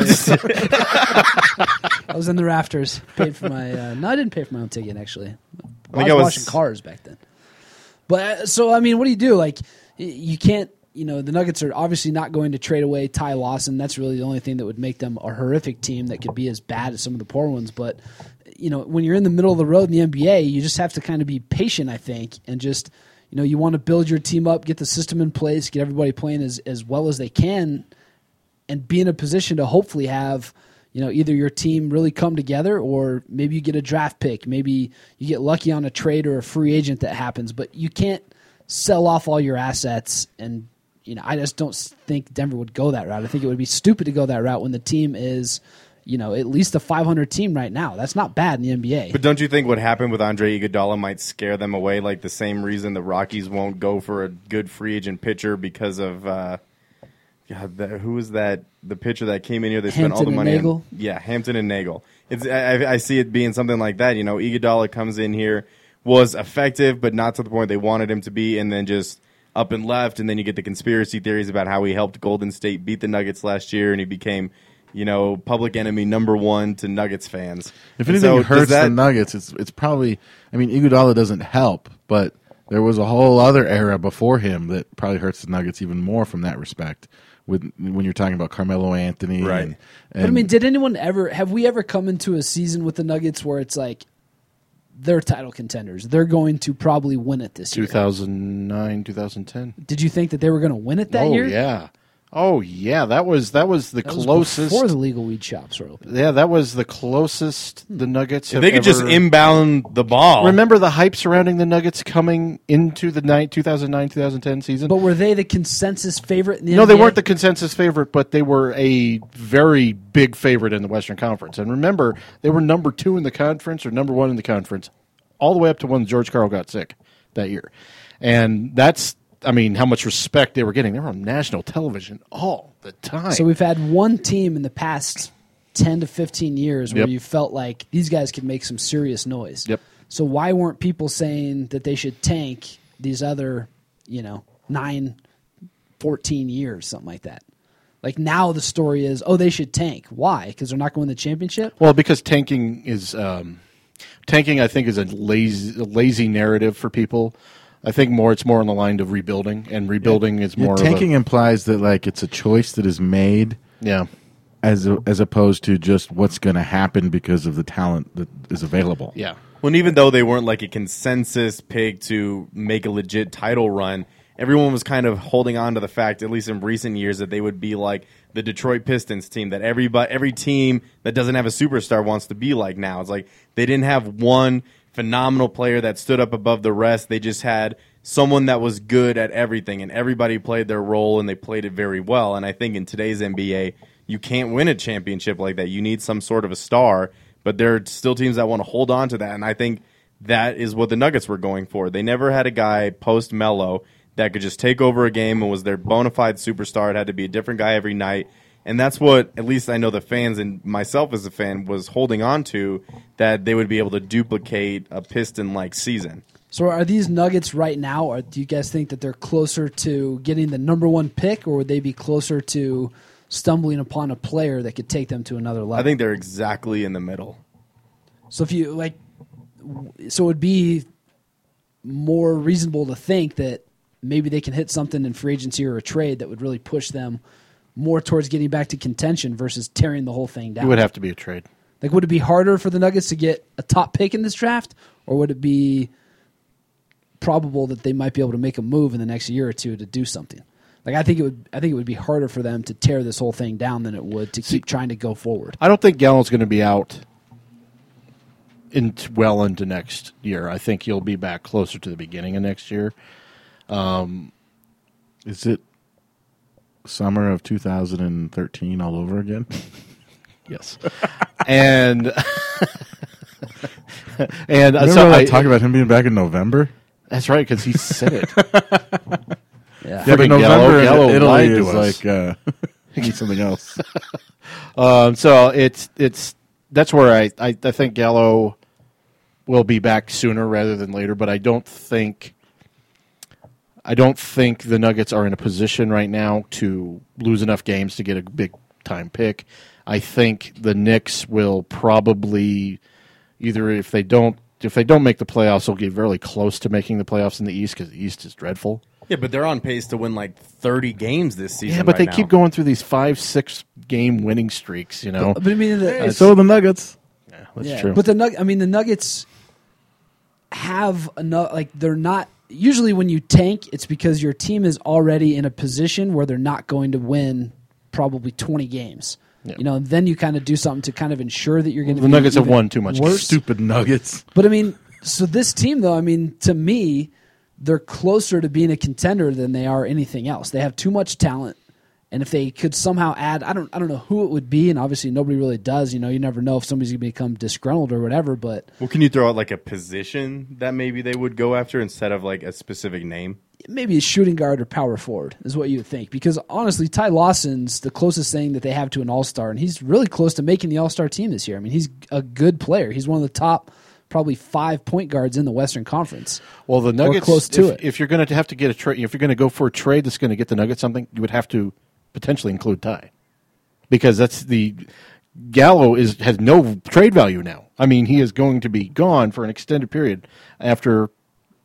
I was in the rafters. Paid for my. Uh, no, I didn't pay for my own ticket actually. I, think was, I was- watching cars back then. But uh, so I mean, what do you do? Like, y- you can't. You know, the Nuggets are obviously not going to trade away Ty Lawson. That's really the only thing that would make them a horrific team that could be as bad as some of the poor ones. But you know, when you're in the middle of the road in the NBA, you just have to kind of be patient, I think, and just you know, you want to build your team up, get the system in place, get everybody playing as as well as they can and be in a position to hopefully have you know either your team really come together or maybe you get a draft pick maybe you get lucky on a trade or a free agent that happens but you can't sell off all your assets and you know i just don't s- think denver would go that route i think it would be stupid to go that route when the team is you know at least a 500 team right now that's not bad in the nba But don't you think what happened with Andre Iguodala might scare them away? Like the same reason the Rockies won't go for a good free agent pitcher because of uh, God, that, who was that? The pitcher that came in here, they spent all the Hampton and money. on- Nagel? yeah, Hampton and Nagel. It's, I, I- I see it being something like that. You know, Iguodala comes in here, was effective, but not to the point they wanted him to be, and then just up and left. And then you get the conspiracy theories about how he helped Golden State beat the Nuggets last year, and he became. You know, public enemy number one to Nuggets fans. If And anything so does hurts the that- Nuggets, it's it's probably. I mean, Iguodala doesn't help, but there was a whole other era before him that probably hurts the Nuggets even more from that respect. With when you're talking about Carmelo Anthony, Right. And, But I and- mean, did anyone ever have we ever come into a season with the Nuggets where it's like they're title contenders? They're going to probably win it this year. 2009, 2010. Did you think that they were going to win it that oh year? yeah, oh yeah. That was that was the That was closest. before the legal weed shops were open. yeah, that was the closest the Nuggets. If have they could just ever- inbound the ball. Remember the hype surrounding the Nuggets coming into the night 2009 2010 season? But were they the consensus favorite in the no, they NBA? weren't the consensus favorite, but they were a very big favorite in the Western Conference. And remember, they were number two in the conference or number one in the conference, all the way up to when George Carl got sick that year. And that's, I mean, how much respect they were getting. They were on national television all the time. So we've had one team in the past ten to fifteen years where Yep. you felt like these guys could make some serious noise. Yep. So why weren't people saying that they should tank these other, you know, nine, 14 years, something like that? Like now the story is, oh, they should tank. Why? Because they're not going to win the championship. Well, because tanking is um, tanking, I think is a lazy a lazy narrative for people. I think more it's more on the line of rebuilding, and rebuilding is yeah, more tanking Of implies that like it's a choice that is made a, yeah, as a, as opposed to just what's going to happen because of the talent that is available. yeah. When even though they weren't like a consensus pick to make a legit title run, everyone was kind of holding on to the fact, at least in recent years, that they would be like the Detroit Pistons team that everybody, every team that doesn't have a superstar wants to be like now. It's like they didn't have one phenomenal player that stood up above the rest. They just had someone that was good at everything, and everybody played their role and they played it very well. And I think in today's NBA, you can't win a championship like that. You need some sort of a star but there are still teams that want to hold on to that. And I think that is what the Nuggets were going for. They never had a guy post Mello that could just take over a game and was their bona fide superstar. It had to be a different guy every night. And that's what, at least I know the fans and myself as a fan, was holding on to that they would be able to duplicate a Piston like season. So are these Nuggets right now? Or do you guys think that they're closer to getting the number one pick, or would they be closer to stumbling upon a player that could take them to another level? I think they're exactly in the middle. So if you like, w- so it would be more reasonable to think that maybe they can hit something in free agency or a trade that would really push them more towards getting back to contention versus tearing the whole thing down. It would have to be a trade. Like, would it be harder for the Nuggets to get a top pick in this draft, or would it be probable that they might be able to make a move in the next year or two to do something? Like, I think it would. I think it would be harder for them to tear this whole thing down than it would to keep trying to go forward. I don't think Gallon's going to be out in well into next year. I think he'll be back closer to the beginning of next year. Is it summer of 2013 all over again? Yes, and and uh, Remember so I I, talked about him being back in November. that's right because he said it. Yeah, but Freaking Gallo- November Gallo in lied Italy is to like us. uh, need something else. Um, so it's it's that's where I, I I think Gallo will be back sooner rather than later, but I don't think I don't think the Nuggets are in a position right now to lose enough games to get a big time pick. I think the Knicks will probably either if they don't if they don't make the playoffs, they'll get very close to making the playoffs in the East because the East is dreadful. Yeah, but they're on pace to win like 30 games this season. Yeah, but right they now. keep going through these five, six game winning streaks. You know, But I mean, the, so the Nuggets. that's Yeah, true. But the nug- I mean, the Nuggets have enough. Like they're not usually when you tank, it's because your team is already in a position where they're not going to win probably twenty games. You know, then you kind of do something to kind of ensure that you're going to. The Nuggets have won too much. Worse. Stupid Nuggets. But I mean, so this team though, I mean, to me, they're closer to being a contender than they are anything else. They have too much talent. And if they could somehow add, I don't, I don't know who it would be, and obviously nobody really does. You know, you never know if somebody's gonna become disgruntled or whatever. But Well, can you throw out like a position that maybe they would go after instead of like a specific name? maybe a shooting guard or power forward is what you would think. Because honestly, Ty Lawson's the closest thing that they have to an All Star, and he's really close to making the All Star team this year. I mean, he's a good player. He's one of the top, probably five point guards in the Western Conference. Well, the Nuggets. close to if, it. If you're going to have to get a trade, if you're going to go for a trade that's going to get the Nuggets something, you would have to potentially include Ty, because that's the Gallo is has no trade value now. I mean, he is going to be gone for an extended period after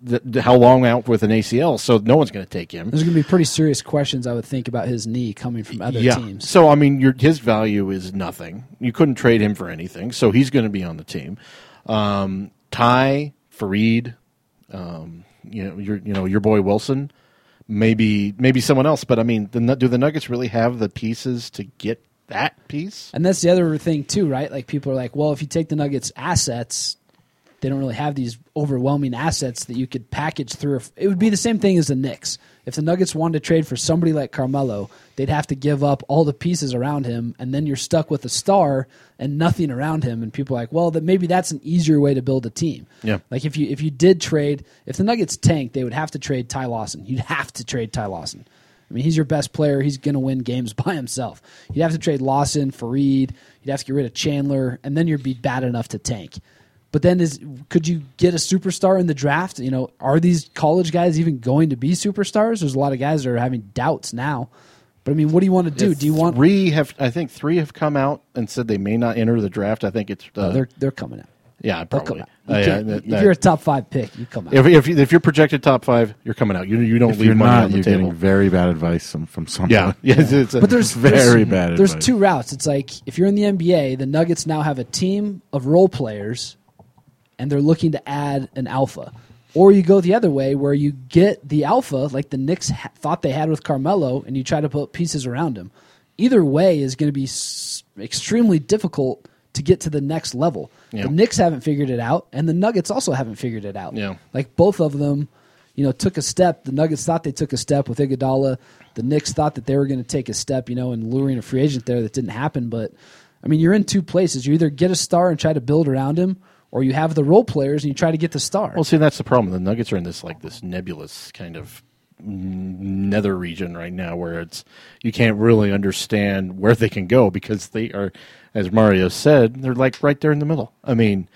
the, the- how long out with an ACL, so no one's going to take him. There's going to be pretty serious questions, I would think, about his knee coming from other yeah. teams. So I mean, your, his value is nothing. You couldn't trade him for anything, so he's going to be on the team. Um, Ty Farid, um, you know your you know your boy Wilson, maybe maybe someone else. But I mean, the, Nu- do the Nuggets really have the pieces to get that piece? And that's the other thing too, right? Like people are like, well, if you take the Nuggets' assets, they don't really have these overwhelming assets that you could package through. It would be the same thing as the Knicks. If the Nuggets wanted to trade for somebody like Carmelo, they'd have to give up all the pieces around him, and then you're stuck with a star and nothing around him. And people are like, well, that maybe that's an easier way to build a team. Yeah. Like if you if you did trade, if the Nuggets tanked, they would have to trade Ty Lawson. You'd have to trade Ty Lawson. I mean, he's your best player. He's going to win games by himself. You'd have to trade Lawson, Farid. You'd have to get rid of Chandler, and then you'd be bad enough to tank. But then, is could you get a superstar in the draft? You know, are these college guys even going to be superstars? There's a lot of guys that are having doubts now. But I mean, what do you want to do? do you want? three? Have I think three have come out and said they may not enter the draft. I think it's uh, They're they're coming out. yeah They'll probably. come out. You Uh, yeah, can't- that- if you're a that- top five pick, you come out. if, if, if you're projected top five, you're coming out. You you don't If leave you're money not, on the you're table. getting very bad advice from, from someone. yeah, yeah. It's, it's a- But there's Very there's, bad There's advice. two routes. It's like if you're in the NBA, the Nuggets now have a team of role players, and they're looking to add an alpha. Or you go the other way, where you get the alpha, like the Knicks ha- thought they had with Carmelo, and you try to put pieces around him. Either way is going to be s- extremely difficult to get to the next level. Yeah. The Knicks haven't figured it out, and the Nuggets also haven't figured it out. Yeah. Like both of them, you know, took a step. The Nuggets thought they took a step with Iguodala. The Knicks thought that they were going to take a step, you know, and luring a free agent there that didn't happen. But I mean, you're in two places. You either get a star and try to build around him, or you have the role players and you try to get the star. Well, see, that's the problem. The Nuggets are in this like this nebulous kind of nether region right now, where it's you can't really understand where they can go because they are, as Mario said, they're like right there in the middle. I mean,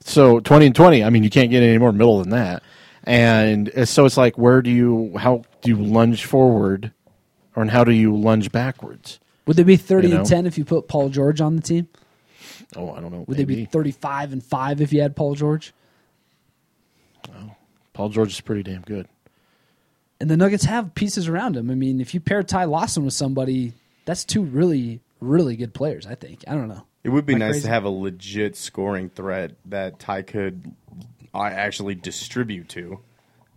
so twenty and twenty. I mean, you can't get any more middle than that. And uh, so it's like, where do you? How do you lunge forward, or and how do you lunge backwards? Would they be thirty You know? and ten if you put Paul George on the team? Oh, I don't know. Would they maybe. be thirty-five and five if you had Paul George? Paul George is pretty damn good. and the Nuggets have pieces around him. I mean, if you pair Ty Lawson with somebody, that's two really, really good players. I think. I don't know. It would be Am I nice crazy? to have a legit scoring threat that Ty could I actually distribute to.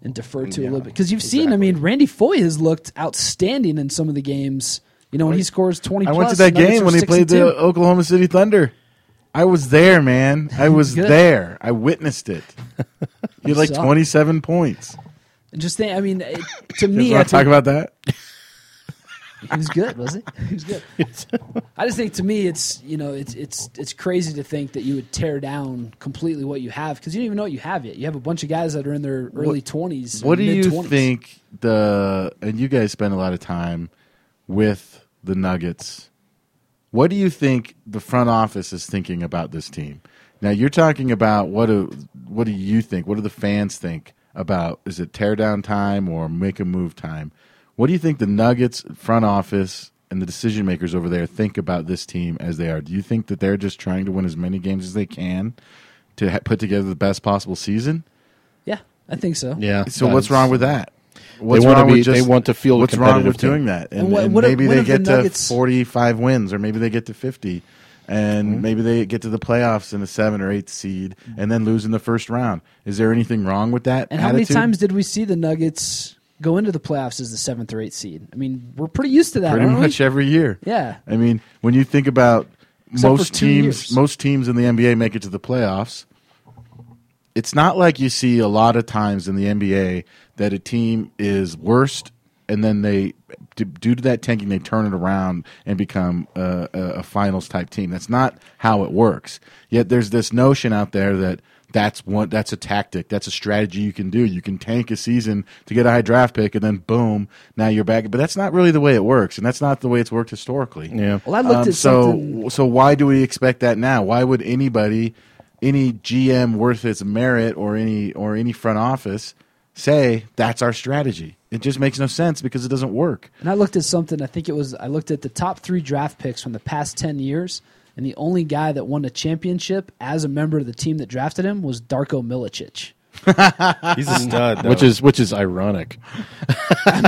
and defer to a Yeah, little bit because you've seen. I mean, Randy Foy has looked outstanding in some of the games. You know, when he scores twenty. I plus, went to that the Nuggets game are when he 6 played and the uh, two. Oklahoma City Thunder. I was there, man. I was Good. there. I witnessed it. He had like Suck. 27 points. And Just think, I mean, it, to You me, I want to talk think about that? he was good, was he? He was good. I just think to me, it's you know, it's it's it's crazy to think that you would tear down completely what you have because you don't even know what you have yet. You have a bunch of guys that are in their early twenties. What do you mid-20s. think the and you guys spend a lot of time with the Nuggets. What do you think the front office is thinking about this team? Now you're talking about what do what do you think? What do the fans think about is it teardown time or make a move time? What do you think the Nuggets front office and the decision makers over there think about this team as they are? Do you think that they're just trying to win as many games as they can to ha- put together the best possible season? Yeah, I think so. Yeah. So what's That's- wrong with that? What's wanna wrong with be- they want to feel what's wrong with competitive team. doing that, and, And what- and what if- maybe what they if the get to Nuggets- forty-five wins, or maybe they get to fifty, and Mm-hmm. maybe they get to the playoffs in a seven or eight seed, and then lose in the first round. Is there anything wrong with that? And how many attitude? times did we see the Nuggets go into the playoffs as the seventh or eighth seed? I mean, we're pretty used to that, Pretty aren't we? much every year. Yeah. I mean, when you think about Except for most two teams, years. most teams in the NBA make it to the playoffs. It's not like you see a lot of times in the NBA that a team is worst and then they, d- due to that tanking, they turn it around and become a, a, a finals type team. That's not how it works. Yet there's this notion out there that that's one that's a tactic that's a strategy you can do you can tank a season to get a high draft pick and then boom now you're back but that's not really the way it works and that's not the way it's worked historically Yeah. Well, I looked Um, at so something. so why do we expect that now? Why would anybody, any GM worth its merit or any or any front office say that's our strategy? It just makes no sense because it doesn't work. And I looked at something. I think it was I looked at the top three draft picks from the past ten years, and the only guy that won a championship as a member of the team that drafted him was Darko Milicic. He's a stud, though. Which is which is ironic. I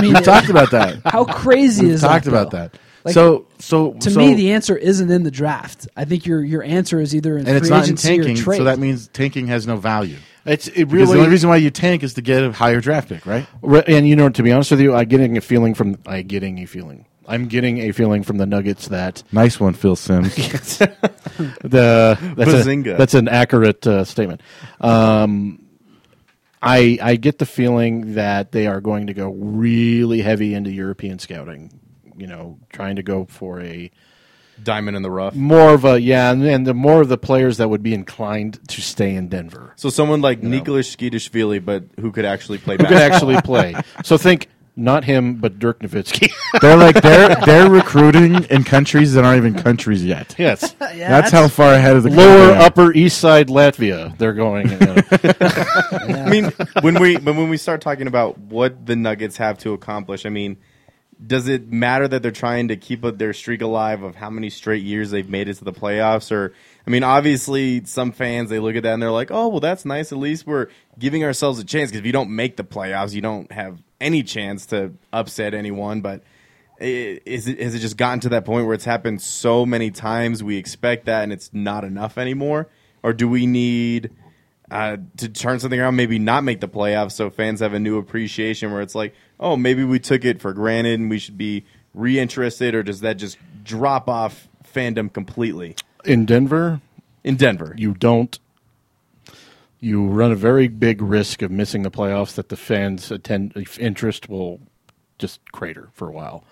mean, We talked about that. how crazy We is talked that, about though? that. Like, so so To so- me, the answer isn't in the draft. I think your your answer is either in and free it's not in agency tanking, or trade. so that means tanking has no value. It's it Because the only really reason why you tank is to get a higher draft pick, right? Re- and you know to be honest with you, I getting a feeling from I getting a feeling. I'm getting a feeling from the Nuggets that Nice one, Phil Sims. the that's, a, Bazinga. that's an accurate uh, statement. Um, I I get the feeling that they are going to go really heavy into European scouting. You know, trying to go for a diamond in the rough. more of a yeah, and, and the more of the players that would be inclined to stay in Denver So someone like Nicholas Skidishvili, but who could actually play who could basketball. actually play. So think not him, but Dirk Nowitzki. they're like they're they're recruiting in countries that aren't even countries yet. yes, Yeah, that's, how far ahead of the lower country they are. upper east side Latvia. They're going. You know. I mean, when we but when we start talking about what the Nuggets have to accomplish, I mean, does it matter that they're trying to keep up their streak alive of how many straight years they've made it to the playoffs? Or I mean, obviously, some fans they look at that and they're like, "Oh, well, that's nice. At least we're giving ourselves a chance." Because if you don't make the playoffs, you don't have any chance to upset anyone. But i- is it has it just gotten to that point where it's happened so many times we expect that and it's not enough anymore? Or do we need uh, to turn something around, maybe not make the playoffs, so fans have a new appreciation where it's like, oh, maybe we took it for granted and we should be reinterested, or does that just drop off fandom completely in Denver, in Denver? you don't. You run a very big risk of missing the playoffs that the fans' attend interest will just crater for a while,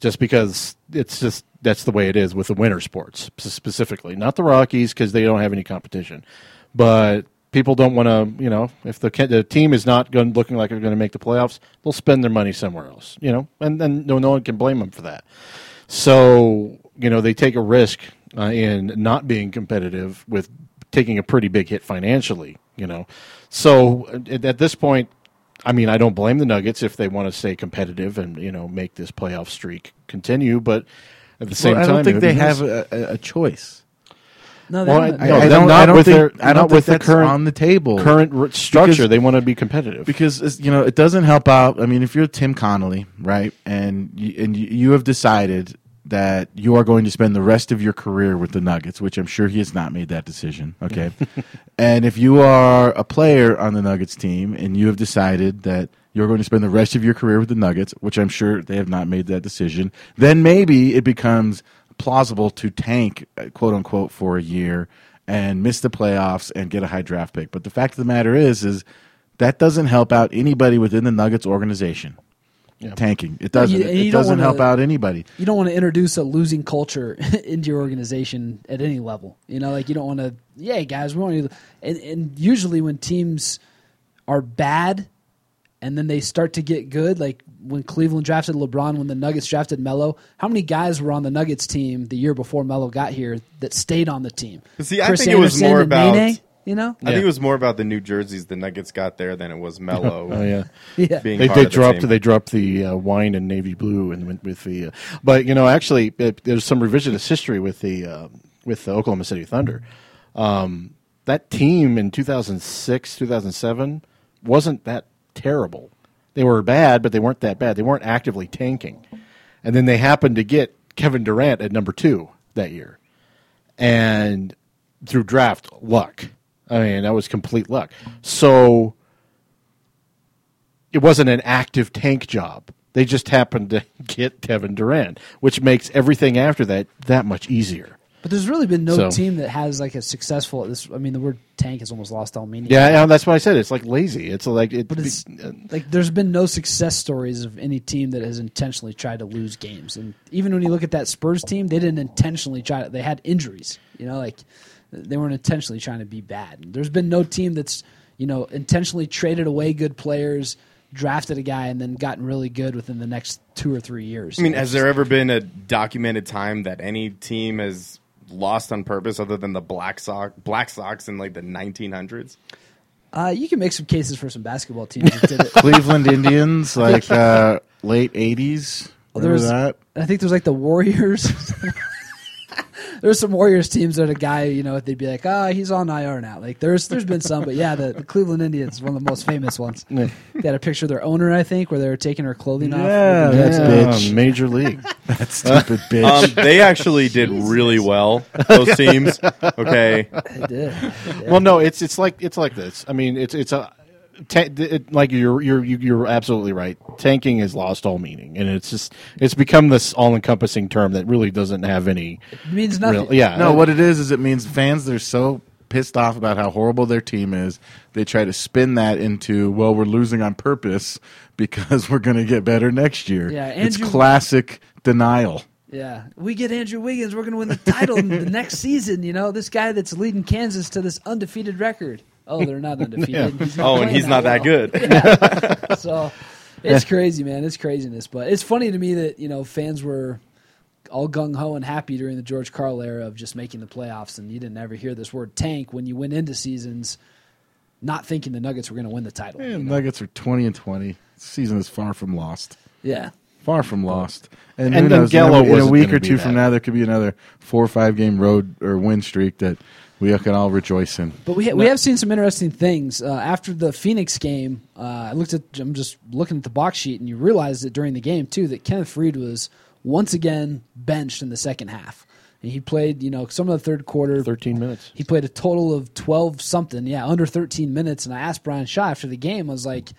just because it's just that's the way it is with the winter sports s- specifically, not the Rockies because they don't have any competition, but people don't want to you know if the ca- the team is not going looking like they're going to make the playoffs, they'll spend their money somewhere else, you know, and then no no one can blame them for that. So you know they take a risk uh, in not being competitive with taking a pretty big hit financially. You know, so uh, at, at this point, I mean, I don't blame the Nuggets if they want to stay competitive and you know make this playoff streak continue. But at the same Well, I time, don't think it they is- have a, a, a choice. no, they Well, don't- I- No, I, I they're don't. not I don't with think, their- I not don't with think the that's current- on the table current r- structure. Because- they want to be competitive. because it's- you know it doesn't help out. I mean, if you're Tim Connolly, right, and you, and you, you have decided that you are going to spend the rest of your career with the Nuggets, which I'm sure he has not made that decision. Okay. and if you are a player on the Nuggets team and you have decided that you're going to spend the rest of your career with the Nuggets, which I'm sure they have not made that decision, then maybe it becomes plausible to tank, uh, quote unquote, for a year and miss the playoffs and get a high draft pick. But the fact of the matter is, is that doesn't help out anybody within the Nuggets organization. Tanking. It doesn't. you- it you don't doesn't wanna- help out anybody. You don't want to introduce a losing culture into your organization at any level. You know, like you don't want to. Yeah, guys, we want you. to-" And, and usually when teams are bad, and then they start to get good, like when Cleveland drafted LeBron, when the Nuggets drafted Melo, how many guys were on the Nuggets team the year before Melo got here that stayed on the team? See, I think it was Anderson more and about- Nene, you know. I think Yeah. it was more about the New Jerseys the Nuggets got there than it was Mello. Oh yeah. Yeah. being They, part they of the dropped team. they dropped the uh, wine and navy blue and went with the, uh, but you know actually it, there's some revisionist history with the uh, with the Oklahoma City Thunder. Um, that team in 2006 2007 wasn't that terrible. They were bad, but they weren't that bad. They weren't actively tanking, and then they happened to get Kevin Durant at number two that year and through draft luck. I mean, that was complete luck. So it wasn't an active tank job. They just happened to get Kevin Durant, which makes everything after that that much easier. But there's really been no So- team that has like a successful. This, I mean, the word tank has almost lost all meaning. Yeah, yeah, that's why I said it's like lazy. It's like it, uh, But it's uh, like there's been no success stories of any team that has intentionally tried to lose games. And even when you look at that Spurs team, they didn't intentionally try to. They had injuries. You know, like they weren't intentionally trying to be bad. There's been no team that's you know intentionally traded away good players, drafted a guy, and then gotten really good within the next two or three years. I mean, has there ever been a documented time that any team has lost on purpose other than the Black Sox, Black Sox in like the 1900s? Uh, you can make some cases for some basketball teams that did it. Cleveland Indians, like uh, late '80s. There Remember was, that? I think there's like the Warriors. there's some Warriors teams that a guy, you know, they'd be like, ah, he's on IR now. Like there's there's been some, but yeah, the, the Cleveland Indians, one of the most famous ones. they had a picture of their owner, I think, where they were taking her clothing Yeah, off. that's bitch. major league. That stupid bitch. Um, they actually did really well. Those teams, okay. They did. Well, no, it's it's like it's like this. I mean, it's it's a ta it, like you're you're you- you're absolutely right. Tanking has lost all meaning, and it's just it's become this all encompassing term that really doesn't have any. It means nothing. Real, yeah, Um, no, what it is is it means fans they're so pissed off about how horrible their team is. They try to spin that into well, we're losing on purpose because we're going to get better next year. Yeah, it's Andrew- classic denial. Yeah. We get Andrew Wiggins, we're gonna win the title in the next season, you know, this guy that's leading Kansas to this undefeated record. Oh, they're not undefeated. He's not Oh, and playing he's not that well. good. so it's crazy, man. It's craziness. But it's funny to me that you know fans were all gung ho and happy during the George Carl era of just making the playoffs, and you didn't ever hear this word tank when you went into seasons not thinking the Nuggets were going to win the title. Man, Nuggets are twenty and twenty. Season is far from lost. Yeah. Far from lost, and, And who then knows? in a- Gallo in a wasn't week gonna or be two from that. now, there could be another four or five game road or win streak that we can all rejoice in. But we ha- we have seen some interesting things uh, after the Phoenix game. Uh, I looked at I'm just looking at the box sheet, and you realize that during the game too that Kenneth Freed was once again benched in the second half. And he played, you know, some of the third quarter. Thirteen minutes. He played a total of 12 something, yeah, under 13 minutes. And I asked Brian Shaw after the game, I was like,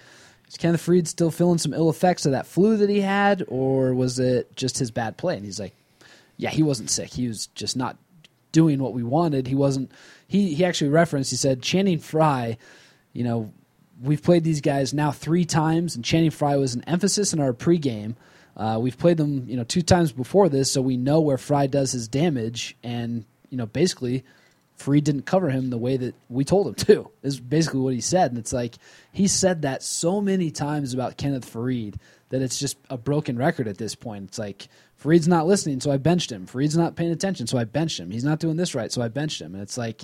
is Kenneth Freed still feeling some ill effects of that flu that he had, or was it just his bad play? And he's like, yeah, he wasn't sick. He was just not doing what we wanted. He wasn't, he, he actually referenced, he said, Channing Frye, you know, we've played these guys now three times, and Channing Frye was an emphasis in our pregame. Uh, we've played them, you know, two times before this, so we know where Fry does his damage, and you know, basically, Free didn't cover him the way that we told him to. Is basically what he said, and it's like he said that so many times about Kenneth Farid that it's just a broken record at this point. It's like Farid's not listening, so I benched him. Farid's not paying attention, so I benched him. He's not doing this right, so I benched him. And it's like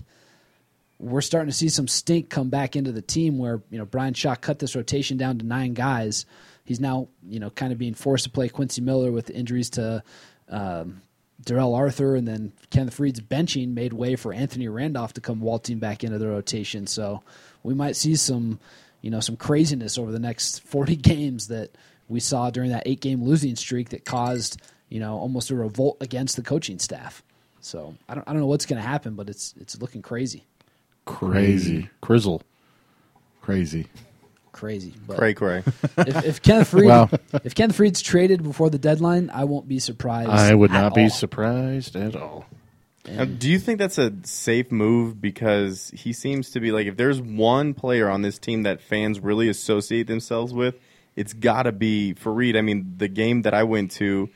we're starting to see some stink come back into the team where you know Brian Shaw cut this rotation down to nine guys. He's now you know kind of being forced to play Quincy Miller with injuries to um, Darrell Arthur, and then Kenneth Freed's benching made way for Anthony Randolph to come waltzing back into the rotation. So we might see some you know some craziness over the next forty games that we saw during that eight game losing streak that caused you know, almost a revolt against the coaching staff. So I don't, I don't know what's going to happen, but it's it's looking crazy, Crazy. Crizzle. Crazy. crazy. But Cray cray. If, if Ken Freed, Wow. if Ken Freed's traded before the deadline, I won't be surprised. I would at not be all. surprised at all. Now, Um, do you think that's a safe move? Because he seems to be like, if there's one player on this team that fans really associate themselves with, it's got to be Farid. I mean, the game that I went to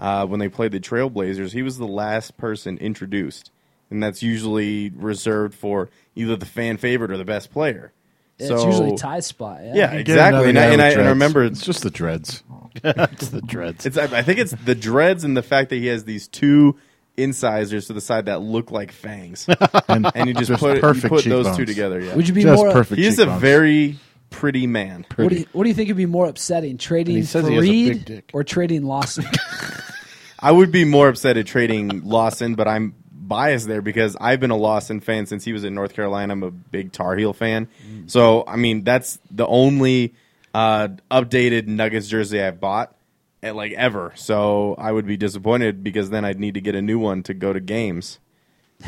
uh, when they played the Trailblazers, he was the last person introduced. And that's usually reserved for either the fan favorite or the best player. It's so, usually tie spot. Yeah. Yeah, exactly. And I, and I, and I remember it's just the dreads. It's the dreads. It's I I think it's the dreads and the fact that he has these two incisors to the side that look like fangs, And, and you just, Just put, you perfect put those cheekbones. two together. Yeah, Would you be just more? perfect. he is a cheekbones. very pretty man. What do you What do you think would be more upsetting, trading says he has a big Freed dick. or trading Lawson? I would be more upset at trading Lawson, but I'm biased there because I've been a Lawson fan since he was in North Carolina. I'm a big Tar Heel fan, Mm. so I mean that's the only uh, updated Nuggets jersey I've bought. eh, Like ever, so I would be disappointed because then I'd need to get a new one to go to games.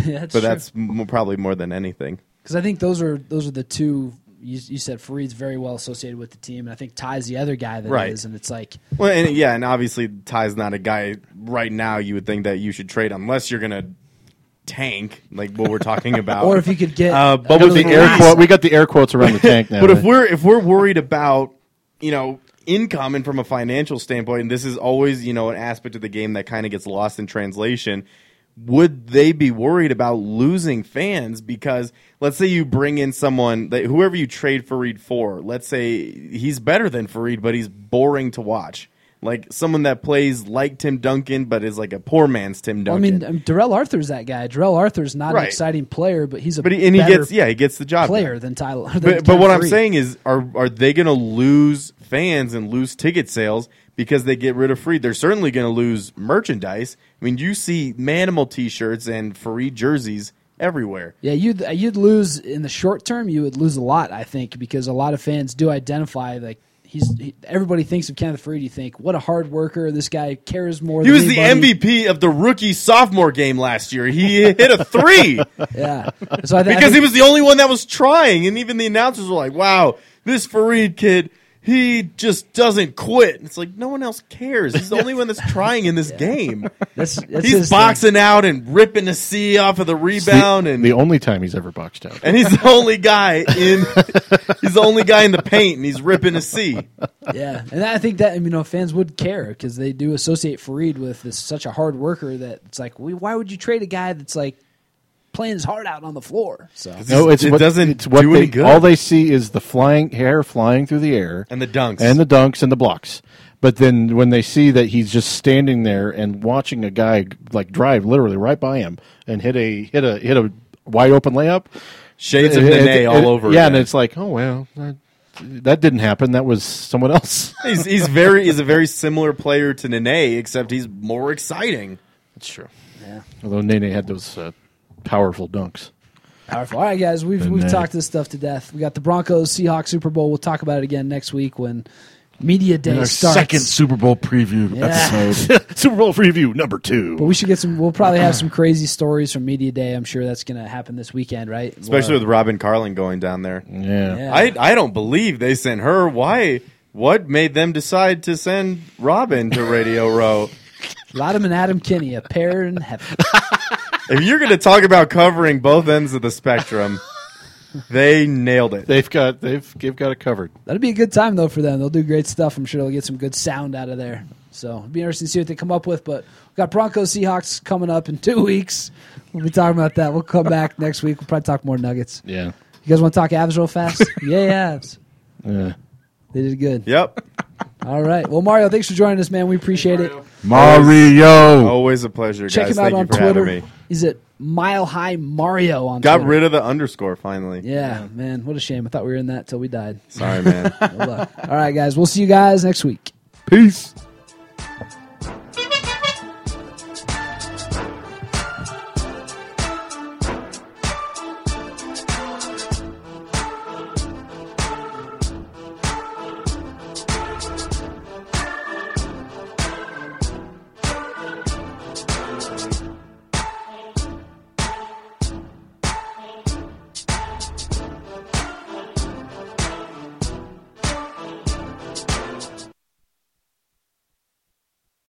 yeah, that's but that's m- probably more than anything. because I think those are those are the two. You, you said Fareed's very well associated with the team, and I think Ty's the other guy that is. Right. And it's like, Well, and yeah, and obviously Ty's not a guy right now. You would think that you should trade unless you're gonna tank, like what we're talking about. or if you could get, uh, but another with The Fareed- air quote, we got the air quotes around the tank now. but if we're if we're worried about you know income and from a financial standpoint, and this is always you know an aspect of the game that kind of gets lost in translation. Would they be worried about losing fans because let's say you bring in someone that whoever you trade Farid for, let's say he's better than Farid, but he's boring to watch. Like someone that plays like Tim Duncan, but is like a poor man's Tim I Duncan. mean, um, Darrell Arthur's that guy. Darrell Arthur's not an Right. exciting player, but he's a but he, and he better gets yeah, he gets the job done. player than Tyler. than but, but Ken what I'm Fareed. saying is, are are they going to lose fans and lose ticket sales because they get rid of Freed? They're certainly going to lose merchandise. I mean, you see Manimal T-shirts and Fareed jerseys everywhere. Yeah, you'd uh, you'd lose in the short term. You would lose a lot, I think, because a lot of fans do identify like he's. He, everybody thinks of Kenneth Freed. You think what a hard worker this guy cares more. He than was the anybody. MVP of the rookie sophomore game last year. He hit a three Yeah, so I, th- I because think, he was the only one that was trying, and even the announcers were like, "Wow, this Fareed kid." He just doesn't quit. It's like no one else cares. He's the only one that's trying in this game. that's, that's his he's thing. boxing out and ripping the C off of the the, rebound, and the only time he's ever boxed out. and he's the only guy in he's the only guy in the paint, and he's ripping a C. Yeah, and I think that you know fans would care because they do associate Farid with this such a hard worker that it's like, we, why would you trade a guy that's like playing his heart out on the floor? So No, it's It what, doesn't it's what do they, any good. All they see is the flying hair flying through the air And the dunks. and the dunks and the blocks. But then when they see that he's just standing there and watching a guy like drive literally right by him and hit a hit a hit a wide open layup, Shades of it- Nene it- it- all over. Yeah, again. and it's like, oh well, that, that didn't happen. That was someone else. he's, he's very he's a very similar player to Nene, except he's more exciting. That's true. yeah, Although Nene had those uh, powerful dunks. powerful. All right, guys, we've The we've net. talked this stuff to death. We got the Broncos Seahawks Super Bowl. We'll talk about it again next week when media day Our starts. second Super Bowl preview Yeah. episode. Super Bowl preview number But two. we should get some. We'll probably have some crazy stories from media day. I'm sure that's going to happen this weekend, right? Especially Laura? with Robin Carlin going down there. Yeah. I I don't believe they sent her. Why? What made them decide to send Robin to Radio Row? Rodham and Adam Kinney, a pair in heaven. If you're going to talk about covering both ends of the spectrum, they nailed it. They've got they've they've got it covered. That'll be a good time though for them. They'll do great stuff. I'm sure they'll get some good sound out of there. So it'll be interesting to see what they come up with. But we've got Broncos Seahawks coming up in two weeks. We'll be talking about that. We'll come back next week. We'll probably talk more Nuggets. Yeah. You guys want to talk abs real fast? yeah, abs. Yeah. They did good. Yep. All right. Well, Mario, thanks for joining us, man. We appreciate it. Mario. Always a pleasure, guys. Check him out Thank on you for having Twitter. me. Is it Mile High Mario on Got Twitter? rid of the underscore finally. Yeah, man. What a shame. I thought we were in that till we died. Sorry, man. No luck. All right, guys. We'll see you guys next week. Peace.